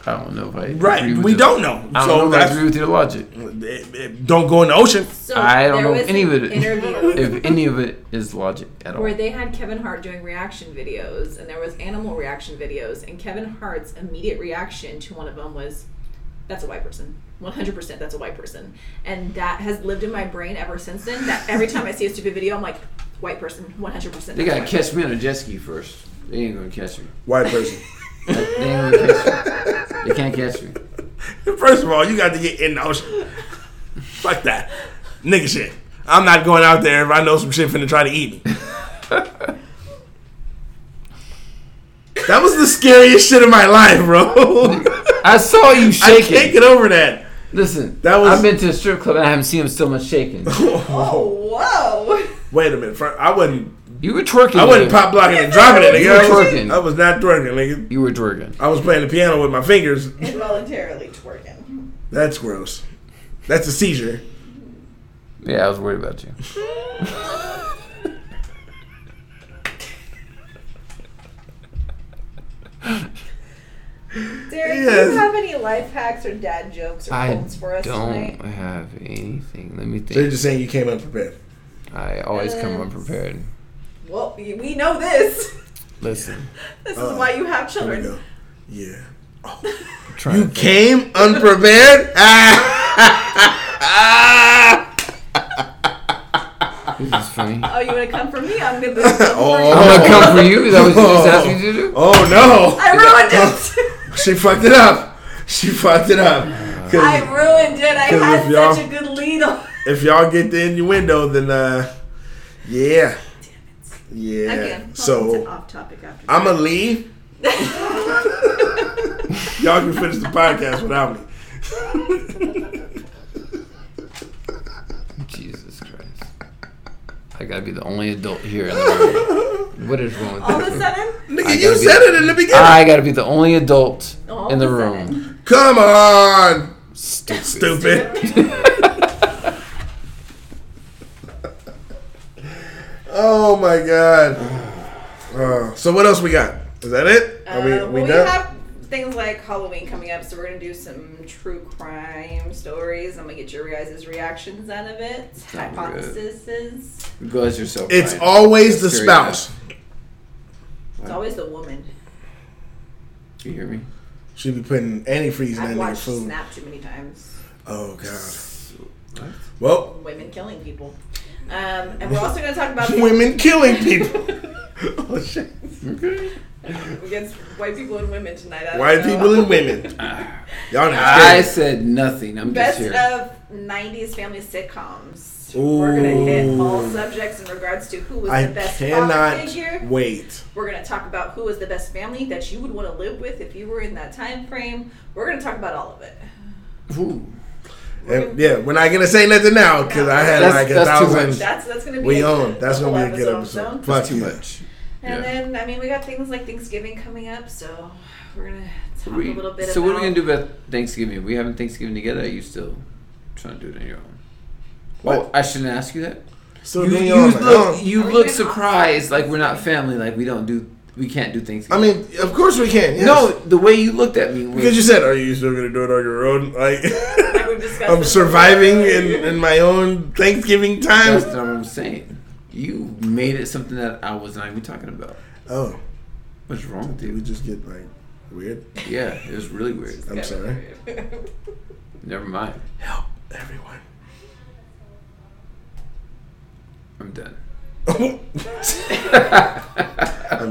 Speaker 4: I don't know if I agree
Speaker 3: Right,
Speaker 4: with
Speaker 3: we
Speaker 4: the-
Speaker 3: don't know.
Speaker 4: I don't
Speaker 3: so
Speaker 4: know if I
Speaker 3: that's
Speaker 4: agree with your logic.
Speaker 3: it- it- don't go in the ocean.
Speaker 1: So
Speaker 2: I don't
Speaker 1: there
Speaker 2: know
Speaker 1: was
Speaker 2: if any of
Speaker 1: an
Speaker 2: it,
Speaker 1: interview
Speaker 2: if any of it is logic at all.
Speaker 1: where they had Kevin Hart doing reaction videos, and there was animal reaction videos, and Kevin Hart's immediate reaction to one of them was, "That's a white person." 100% that's a white person and that has lived in my brain ever since then that every time i see a stupid video i'm like white person 100%
Speaker 4: They gotta catch me on a jet ski first. They ain't gonna catch me.
Speaker 3: White person.
Speaker 4: They ain't gonna catch me. They can't catch me.
Speaker 3: First of all, you got to get in the ocean. Fuck that, nigga shit. I'm not going out there if I know some shit finna try to eat me. That was the scariest shit of my life, bro.
Speaker 2: I saw you
Speaker 3: I
Speaker 2: shaking.
Speaker 3: can't get over that.
Speaker 2: Listen,
Speaker 3: That was-
Speaker 2: I've been to a strip club and I haven't seen him so much shaking.
Speaker 1: oh whoa
Speaker 3: Wait a minute, fir- I wasn't.
Speaker 2: You were twerking.
Speaker 3: I wasn't
Speaker 2: nigga.
Speaker 3: pop blocking and dropping it,
Speaker 2: You
Speaker 3: nigga.
Speaker 2: were
Speaker 3: I was,
Speaker 2: twerking.
Speaker 3: I was not twerking, nigga.
Speaker 2: You were twerking.
Speaker 3: I was playing the piano with my fingers.
Speaker 1: involuntarily twerking
Speaker 3: That's gross. That's a seizure.
Speaker 2: Yeah, I was worried about you.
Speaker 1: Derek, do
Speaker 3: Yes.
Speaker 1: you have any life hacks or dad jokes or
Speaker 2: I
Speaker 1: quotes for us
Speaker 2: don't
Speaker 1: tonight?
Speaker 2: have anything. Let me
Speaker 3: They're
Speaker 2: think.
Speaker 3: just saying you came unprepared.
Speaker 2: I always come
Speaker 1: Uh,
Speaker 2: unprepared.
Speaker 1: Well, we we know this.
Speaker 2: Listen,
Speaker 1: This
Speaker 3: Uh,
Speaker 1: is why you have
Speaker 3: There we
Speaker 1: children.
Speaker 3: go. Yeah.
Speaker 2: I'm trying
Speaker 3: You
Speaker 2: to think.
Speaker 3: came unprepared?
Speaker 2: This is funny.
Speaker 1: Oh, you want to come for me? I'm gonna. oh.
Speaker 2: I'm gonna come for you. Is that what you just asked me to do?
Speaker 3: oh no.
Speaker 1: I ruined it.
Speaker 3: She fucked it up. She fucked it up. 'Cause
Speaker 1: I ruined it. I
Speaker 3: 'Cause if
Speaker 1: had
Speaker 3: y'all-
Speaker 1: such a good lead on.
Speaker 3: if y'all get the innuendo, then uh, yeah. Yeah.
Speaker 1: Again,
Speaker 3: so.
Speaker 1: it's off topic after.
Speaker 3: I'm gonna leave. Y'all can finish the podcast without me.
Speaker 2: Jesus Christ. I gotta be the only adult here in the room. What is wrong with
Speaker 1: All of a
Speaker 2: that?
Speaker 1: sudden,
Speaker 3: Nigga,
Speaker 2: gotta
Speaker 3: you
Speaker 2: be-
Speaker 3: said it in the beginning.
Speaker 2: I gotta be the only adult
Speaker 1: All
Speaker 2: in the
Speaker 1: of a
Speaker 2: room.
Speaker 3: Come on,
Speaker 2: Stupid.
Speaker 3: stupid. oh my god. Uh, so what else we got? Is that it?
Speaker 1: uh,
Speaker 3: Are we,
Speaker 1: well,
Speaker 3: we
Speaker 1: we
Speaker 3: done?
Speaker 1: have things like Halloween coming up, so we're gonna do some true crime stories. I'm gonna get your guys' reactions out of it,
Speaker 4: Sounds good.
Speaker 1: hypotheses.
Speaker 4: Go as yourself.
Speaker 3: it's
Speaker 4: Brian.
Speaker 3: always the
Speaker 4: Let's hear that.
Speaker 3: spouse.
Speaker 1: It's always the woman.
Speaker 4: You hear me?
Speaker 3: She be putting antifreeze
Speaker 1: I've
Speaker 3: in that nigga's
Speaker 1: watched
Speaker 3: food.
Speaker 1: Snap too many times.
Speaker 3: Oh god. Well,
Speaker 1: Women killing people. Um, and we're also going to talk about
Speaker 3: women killing people. oh shit.
Speaker 1: against white people and women tonight. I don't
Speaker 3: White
Speaker 1: know.
Speaker 3: people and women. Y'all niggas
Speaker 4: I
Speaker 3: crazy.
Speaker 4: said nothing. I'm
Speaker 1: Best
Speaker 4: just here.
Speaker 1: of '90s family sitcoms. We're gonna hit all
Speaker 3: Ooh.
Speaker 1: subjects in regards to who was
Speaker 3: I
Speaker 1: the best father
Speaker 3: cannot
Speaker 1: figure.
Speaker 3: wait.
Speaker 1: We're gonna talk about who was the best family that you would want to live with if you were in that time frame. We're gonna talk about all of it.
Speaker 4: Ooh.
Speaker 3: And, yeah, we're not gonna say nothing now because I had
Speaker 4: That's-
Speaker 3: like a
Speaker 4: that's too
Speaker 3: thousand.
Speaker 4: much.
Speaker 1: That's that's gonna be
Speaker 3: We
Speaker 1: a-
Speaker 3: own. That's
Speaker 1: a
Speaker 3: gonna
Speaker 1: whole
Speaker 3: be a good episode.
Speaker 1: on its own.
Speaker 3: Fuck
Speaker 4: too
Speaker 3: yeah.
Speaker 4: much.
Speaker 1: And
Speaker 4: Yeah.
Speaker 1: then I mean we got things like Thanksgiving coming up, so we're gonna talk
Speaker 4: We-
Speaker 1: a little bit.
Speaker 4: so
Speaker 1: about
Speaker 4: what are we gonna do about Thanksgiving? We having Thanksgiving together? Or are you still trying to do it on your own?
Speaker 3: What?
Speaker 4: Oh, I shouldn't ask you that.
Speaker 3: So
Speaker 4: you
Speaker 3: then
Speaker 4: you
Speaker 3: you're on my
Speaker 4: look
Speaker 3: own.
Speaker 4: you
Speaker 1: Are we
Speaker 4: look
Speaker 1: gonna-
Speaker 4: surprised like we're not family like we don't do we can't do
Speaker 3: oh. I
Speaker 4: Thanksgiving.
Speaker 3: mean, of course we can. yes.
Speaker 4: no, the way you looked at me was
Speaker 3: because you said, "Are you still gonna do it on your own?" Like,
Speaker 1: we've discussed
Speaker 3: I'm
Speaker 1: this
Speaker 3: surviving
Speaker 1: before.
Speaker 3: in, in my own Thanksgiving
Speaker 4: that's
Speaker 3: time.
Speaker 4: not what I'm saying. You made it something that I was not even talking about.
Speaker 3: Oh,
Speaker 4: What's wrong with
Speaker 3: did we
Speaker 4: you?
Speaker 3: just get like weird?
Speaker 4: Yeah, it was really weird.
Speaker 3: I'm sorry,
Speaker 4: Never mind.
Speaker 3: everyone.
Speaker 4: I'm done.
Speaker 3: I'm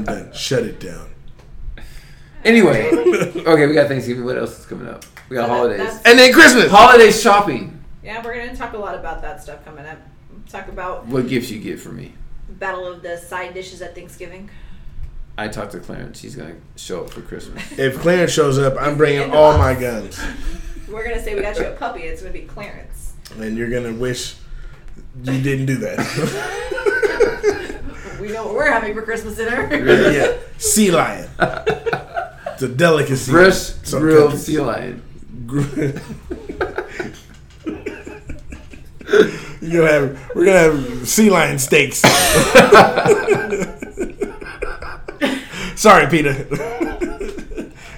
Speaker 3: done. Shut it down.
Speaker 5: Anyway, okay, we got Thanksgiving. What else is coming up? We got
Speaker 1: So that-
Speaker 5: holidays.
Speaker 1: that's-
Speaker 3: And then Christmas.
Speaker 5: Holiday shopping.
Speaker 1: Yeah, we're gonna talk a lot about that stuff coming up. Talk about
Speaker 2: What gifts you get for me?
Speaker 1: battle of the side dishes at Thanksgiving.
Speaker 2: I talked to Clarence. He's gonna show up for Christmas.
Speaker 3: If Clarence shows up, I'm bringing all my guns,
Speaker 1: We're gonna say we got you a puppy. It's gonna be Clarence.
Speaker 3: and you're gonna wish you didn't do that.
Speaker 1: We know what we're having for Christmas dinner.
Speaker 2: Really?
Speaker 3: yeah, sea lion. It's a delicacy.
Speaker 2: Fresh
Speaker 3: Some
Speaker 2: grilled
Speaker 3: countries.
Speaker 2: sea lion.
Speaker 3: You're gonna have we're gonna have sea lion steaks. Sorry, Peter.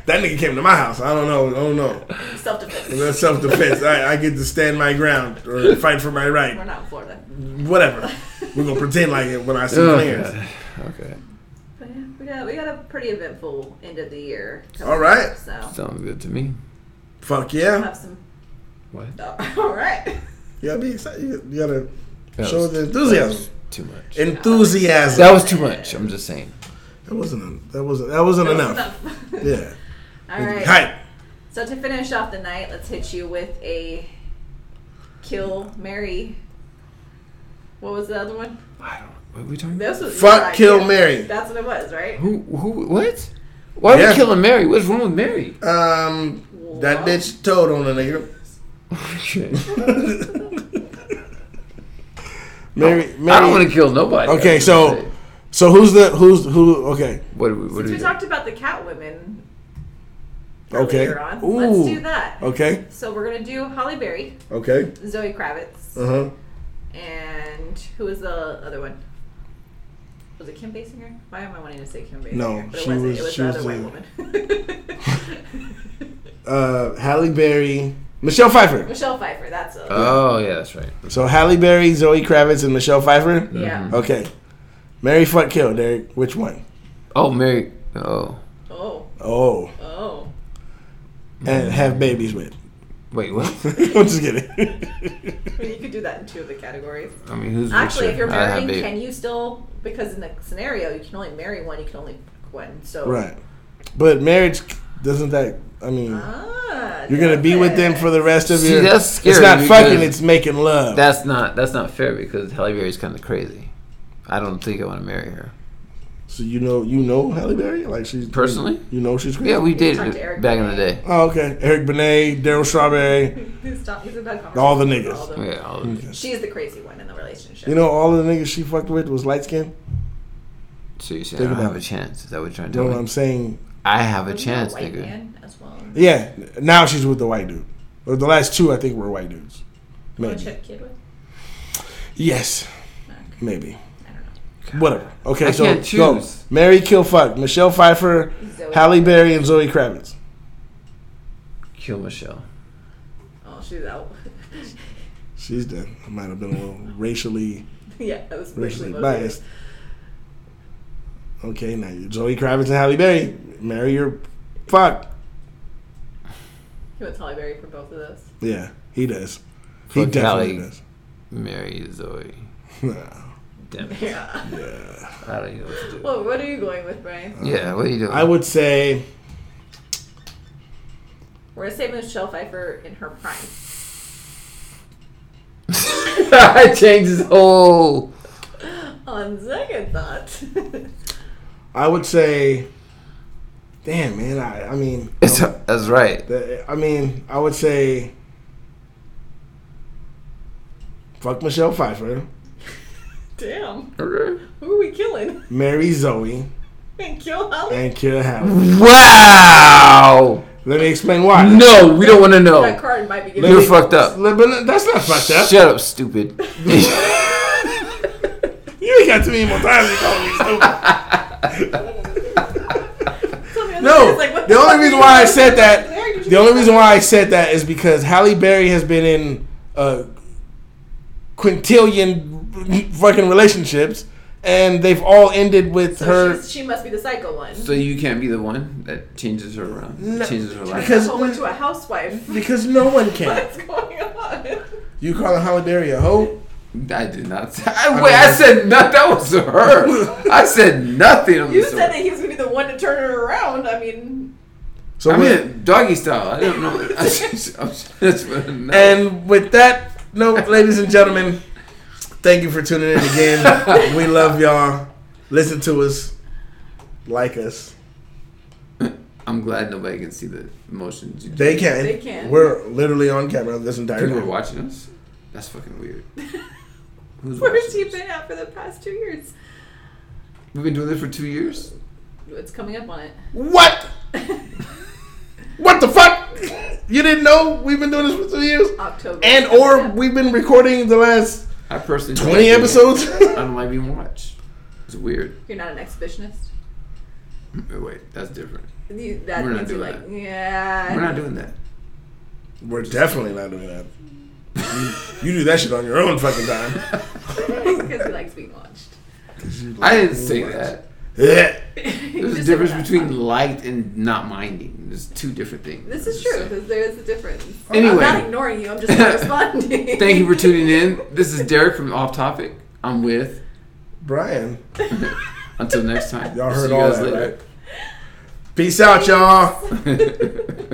Speaker 3: that nigga came to my house. I don't know. I don't know.
Speaker 1: Self defense.
Speaker 3: That's self defense. I, I get to stand my ground or fight for my
Speaker 1: We're
Speaker 3: right.
Speaker 1: not in Florida.
Speaker 3: Whatever. We're gonna pretend like it when I see
Speaker 2: Oh,
Speaker 3: Clarence.
Speaker 2: God. Okay.
Speaker 1: But yeah, we got we got a pretty eventful end of the year. coming
Speaker 3: All right.
Speaker 1: up, So
Speaker 2: Sounds good to me.
Speaker 3: Fuck
Speaker 1: we'll
Speaker 3: yeah.
Speaker 1: have some.
Speaker 2: What?
Speaker 1: all right.
Speaker 3: You gotta be excited. You gotta
Speaker 2: That
Speaker 3: show
Speaker 2: was
Speaker 3: the enthusiasm.
Speaker 2: too much.
Speaker 3: Enthusiasm.
Speaker 2: That was too much. I'm just saying.
Speaker 3: That wasn't. That wasn't. That wasn't enough. Yeah.
Speaker 1: All right.
Speaker 3: Hype.
Speaker 1: So to finish off the night, let's hit you with a kill Mary. What was the other one?
Speaker 2: I don't. What are we talking? about?
Speaker 1: This was
Speaker 3: Fuck,
Speaker 1: your
Speaker 3: kill,
Speaker 1: idea.
Speaker 3: marry.
Speaker 1: That's what it was, right?
Speaker 2: Who? Who? What? Why
Speaker 3: Yeah.
Speaker 2: we killing Mary? What's wrong with Mary?
Speaker 3: Um, that
Speaker 1: Wow.
Speaker 3: bitch told on a nigga.
Speaker 2: Shit.
Speaker 3: Mary,
Speaker 2: I
Speaker 3: Mary.
Speaker 2: don't want to kill nobody.
Speaker 3: Okay,
Speaker 2: I'm just
Speaker 3: so-
Speaker 2: saying.
Speaker 3: so who's the who's who? Okay,
Speaker 2: what? do we- What
Speaker 1: Since
Speaker 2: do
Speaker 1: we
Speaker 2: we?
Speaker 1: talked about the cat women
Speaker 3: okay.
Speaker 1: earlier on,
Speaker 3: Ooh.
Speaker 1: let's do that.
Speaker 3: Okay.
Speaker 1: So we're gonna do Holly Berry,
Speaker 3: Okay.
Speaker 1: Zoe Kravitz,
Speaker 3: Uh huh.
Speaker 1: and who was the other one? Was it Kim Basinger? Why am I wanting to say Kim Basinger?
Speaker 3: No,
Speaker 1: but it
Speaker 3: she
Speaker 1: wasn't.
Speaker 3: was-
Speaker 1: it was
Speaker 3: she
Speaker 1: the
Speaker 3: was
Speaker 1: other white woman.
Speaker 3: Uh, Halle Berry, Michelle Pfeiffer.
Speaker 1: Michelle Pfeiffer. That's a,
Speaker 2: Oh yeah, that's right. Mm-hmm.
Speaker 3: So Halle Berry, Zoe Kravitz, and Michelle Pfeiffer.
Speaker 1: yeah.
Speaker 3: Okay. Mary fuck kill Derek. Which one?
Speaker 2: Oh Mary. Oh
Speaker 1: Oh,
Speaker 3: Oh,
Speaker 1: oh.
Speaker 3: and have babies with.
Speaker 2: wait, what?
Speaker 3: I'm just kidding.
Speaker 1: I mean, you could do that in two of the categories.
Speaker 2: I mean, who's
Speaker 1: Actually,
Speaker 2: richer?
Speaker 1: if you're
Speaker 2: I have
Speaker 1: marrying,
Speaker 2: baby.
Speaker 1: can you still? Because in the scenario, you can only marry one. You can only pick one. So
Speaker 3: right. But marriage doesn't that? I mean.
Speaker 1: Ah,
Speaker 3: You're gonna be with them for the rest of
Speaker 2: See,
Speaker 3: your.
Speaker 2: that's
Speaker 3: It's
Speaker 2: scary
Speaker 3: not fucking.
Speaker 2: because-
Speaker 3: It's making love.
Speaker 2: That's not. That's not fair because Halle Berry's kind of crazy. I don't think I want to marry her
Speaker 3: so you know, you know Halle Berry, like she's
Speaker 2: personally.
Speaker 3: You know she's crazy.
Speaker 2: Yeah, we dated
Speaker 1: talked to Eric
Speaker 2: back in the
Speaker 1: Benet.
Speaker 2: day.
Speaker 3: Oh, okay. Eric Benet, Daryl Strawberry,
Speaker 1: He's talk- he's about conversation
Speaker 3: All the
Speaker 1: with
Speaker 3: niggas.
Speaker 1: all the-
Speaker 2: Yeah, all of
Speaker 3: Hmm.
Speaker 2: them.
Speaker 1: She's the crazy one in the relationship.
Speaker 3: you know all of the niggas she fucked with was light skinned
Speaker 2: So you say I
Speaker 3: Think
Speaker 2: don't
Speaker 3: about
Speaker 2: have
Speaker 3: it.
Speaker 2: a chance? Is that what you're trying to
Speaker 3: You know
Speaker 2: tell
Speaker 3: what
Speaker 2: me?
Speaker 3: I'm saying?
Speaker 2: I have a
Speaker 1: Wasn't he
Speaker 2: chance,
Speaker 1: white
Speaker 2: nigga.
Speaker 1: man as well.
Speaker 3: Yeah. Now she's with the white dude. Or the last two, I think, were white dudes.
Speaker 1: Wanna
Speaker 3: Maybe.
Speaker 1: check kid with?
Speaker 3: Yes. Maybe.
Speaker 1: I don't
Speaker 3: Whatever. Okay,
Speaker 2: I
Speaker 3: so
Speaker 2: can't
Speaker 3: go.
Speaker 2: choose.
Speaker 3: Mary kill fuck Michelle Pfeiffer,
Speaker 1: know. Zoe.
Speaker 3: Halle Berry, and Zoe Kravitz.
Speaker 2: Kill Michelle.
Speaker 1: Oh, she's out.
Speaker 3: She's done. I might have been a little racially
Speaker 1: yeah, that was
Speaker 3: racially
Speaker 1: racially motivated.
Speaker 3: biased. Okay, now you're Zoe Kravitz and Halle Berry. Marry your fuck.
Speaker 1: He went Holly Berry for both of those.
Speaker 3: Yeah, he does. He
Speaker 2: Fuck
Speaker 3: definitely
Speaker 2: Halle.
Speaker 3: does.
Speaker 2: Marry Zoe.
Speaker 3: Nah.
Speaker 2: Damn it.
Speaker 1: Yeah.
Speaker 2: I don't even know what to do.
Speaker 1: Well, what are you going with, Brian?
Speaker 2: yeah, what are you doing?
Speaker 3: I would say
Speaker 1: We're gonna save Michelle Pfeiffer in her prime.
Speaker 2: I changed his whole.
Speaker 1: On second thought,
Speaker 3: I would say Damn man, I I mean
Speaker 2: It's, that's right.
Speaker 3: the- I mean, I would say fuck Michelle Pfeiffer,
Speaker 1: damn,
Speaker 2: Okay.
Speaker 1: who are we killing?
Speaker 3: marry Zoe,
Speaker 1: And kill Holly?
Speaker 3: and kill Halle.
Speaker 2: Wow.
Speaker 3: Let me explain why.
Speaker 2: No, we don't want to
Speaker 1: That
Speaker 2: know.
Speaker 1: card might be
Speaker 3: Let
Speaker 1: giving
Speaker 2: You're
Speaker 3: me-
Speaker 2: fucked up.
Speaker 3: Let- but That's not fucked up.
Speaker 2: Shut up, stupid.
Speaker 3: You ain't got too many more times to call me stupid.
Speaker 1: something.
Speaker 3: No,
Speaker 1: It's like, what
Speaker 3: the
Speaker 1: fuck
Speaker 3: only
Speaker 1: are
Speaker 3: reason
Speaker 1: you
Speaker 3: why I
Speaker 1: doing?
Speaker 3: said
Speaker 1: There you
Speaker 3: that, the
Speaker 1: go.
Speaker 3: only reason why I said that is because Halle Berry has been in a quintillion fucking relationships, and they've all ended with
Speaker 1: So
Speaker 3: her.
Speaker 1: she's- she must be the psycho one.
Speaker 2: so you can't be the one that changes her around, changes her life.
Speaker 3: because-
Speaker 1: Because went to a housewife.
Speaker 3: Because no one can.
Speaker 1: What's going on?
Speaker 3: You calling Halle Berry a hoe?
Speaker 2: I did not. Say, I, wait, I said not. That was her. I said nothing. on
Speaker 1: You
Speaker 2: this
Speaker 1: said
Speaker 2: one.
Speaker 1: that he was gonna be the one to turn her around. I mean,
Speaker 3: So
Speaker 2: I
Speaker 3: with-
Speaker 2: mean, doggy style. I don't know. That's what I know.
Speaker 3: And with that note, ladies and gentlemen, thank you for tuning in again. we love y'all. Listen to us. Like us.
Speaker 2: I'm glad nobody can see the emotions. You
Speaker 3: They can.
Speaker 1: They can.
Speaker 3: We're literally on camera this entire
Speaker 2: People are
Speaker 3: time.
Speaker 2: watching us. That's fucking weird. Who's
Speaker 1: Where's
Speaker 2: watching?
Speaker 1: he been at for the past two years?
Speaker 2: We've been doing this for two years.
Speaker 1: It's coming up on it.
Speaker 3: What? What the fuck? You didn't know we've been doing this for two years?
Speaker 1: October.
Speaker 3: And or we've been recording the last
Speaker 2: I personally don't
Speaker 3: 20
Speaker 2: like being-
Speaker 3: episodes?
Speaker 2: I don't like being watched. It's weird.
Speaker 1: You're not an exhibitionist.
Speaker 2: Oh, Wait, that's different.
Speaker 1: You, that
Speaker 2: We're not
Speaker 1: means you're
Speaker 2: doing
Speaker 1: like, yeah.
Speaker 2: We're not doing that.
Speaker 3: We're definitely not doing that. You, you do that shit on your own fucking time.
Speaker 1: Because he likes being watched.
Speaker 2: I didn't say that.
Speaker 3: Yeah.
Speaker 2: There's a
Speaker 1: Just
Speaker 2: difference
Speaker 1: like that.
Speaker 2: between liked and not minding. There's two different things.
Speaker 1: This is true. There- There is a difference. I'm
Speaker 2: Anyway.
Speaker 1: not ignoring you. I'm just not responding.
Speaker 2: Thank you for tuning in. This is Derek from Off Topic. I'm with.
Speaker 3: Brian.
Speaker 2: Until next time.
Speaker 3: Y'all
Speaker 2: See
Speaker 3: heard
Speaker 2: you
Speaker 3: all
Speaker 2: guys
Speaker 3: that,
Speaker 2: later.
Speaker 3: right? Peace out, y'all.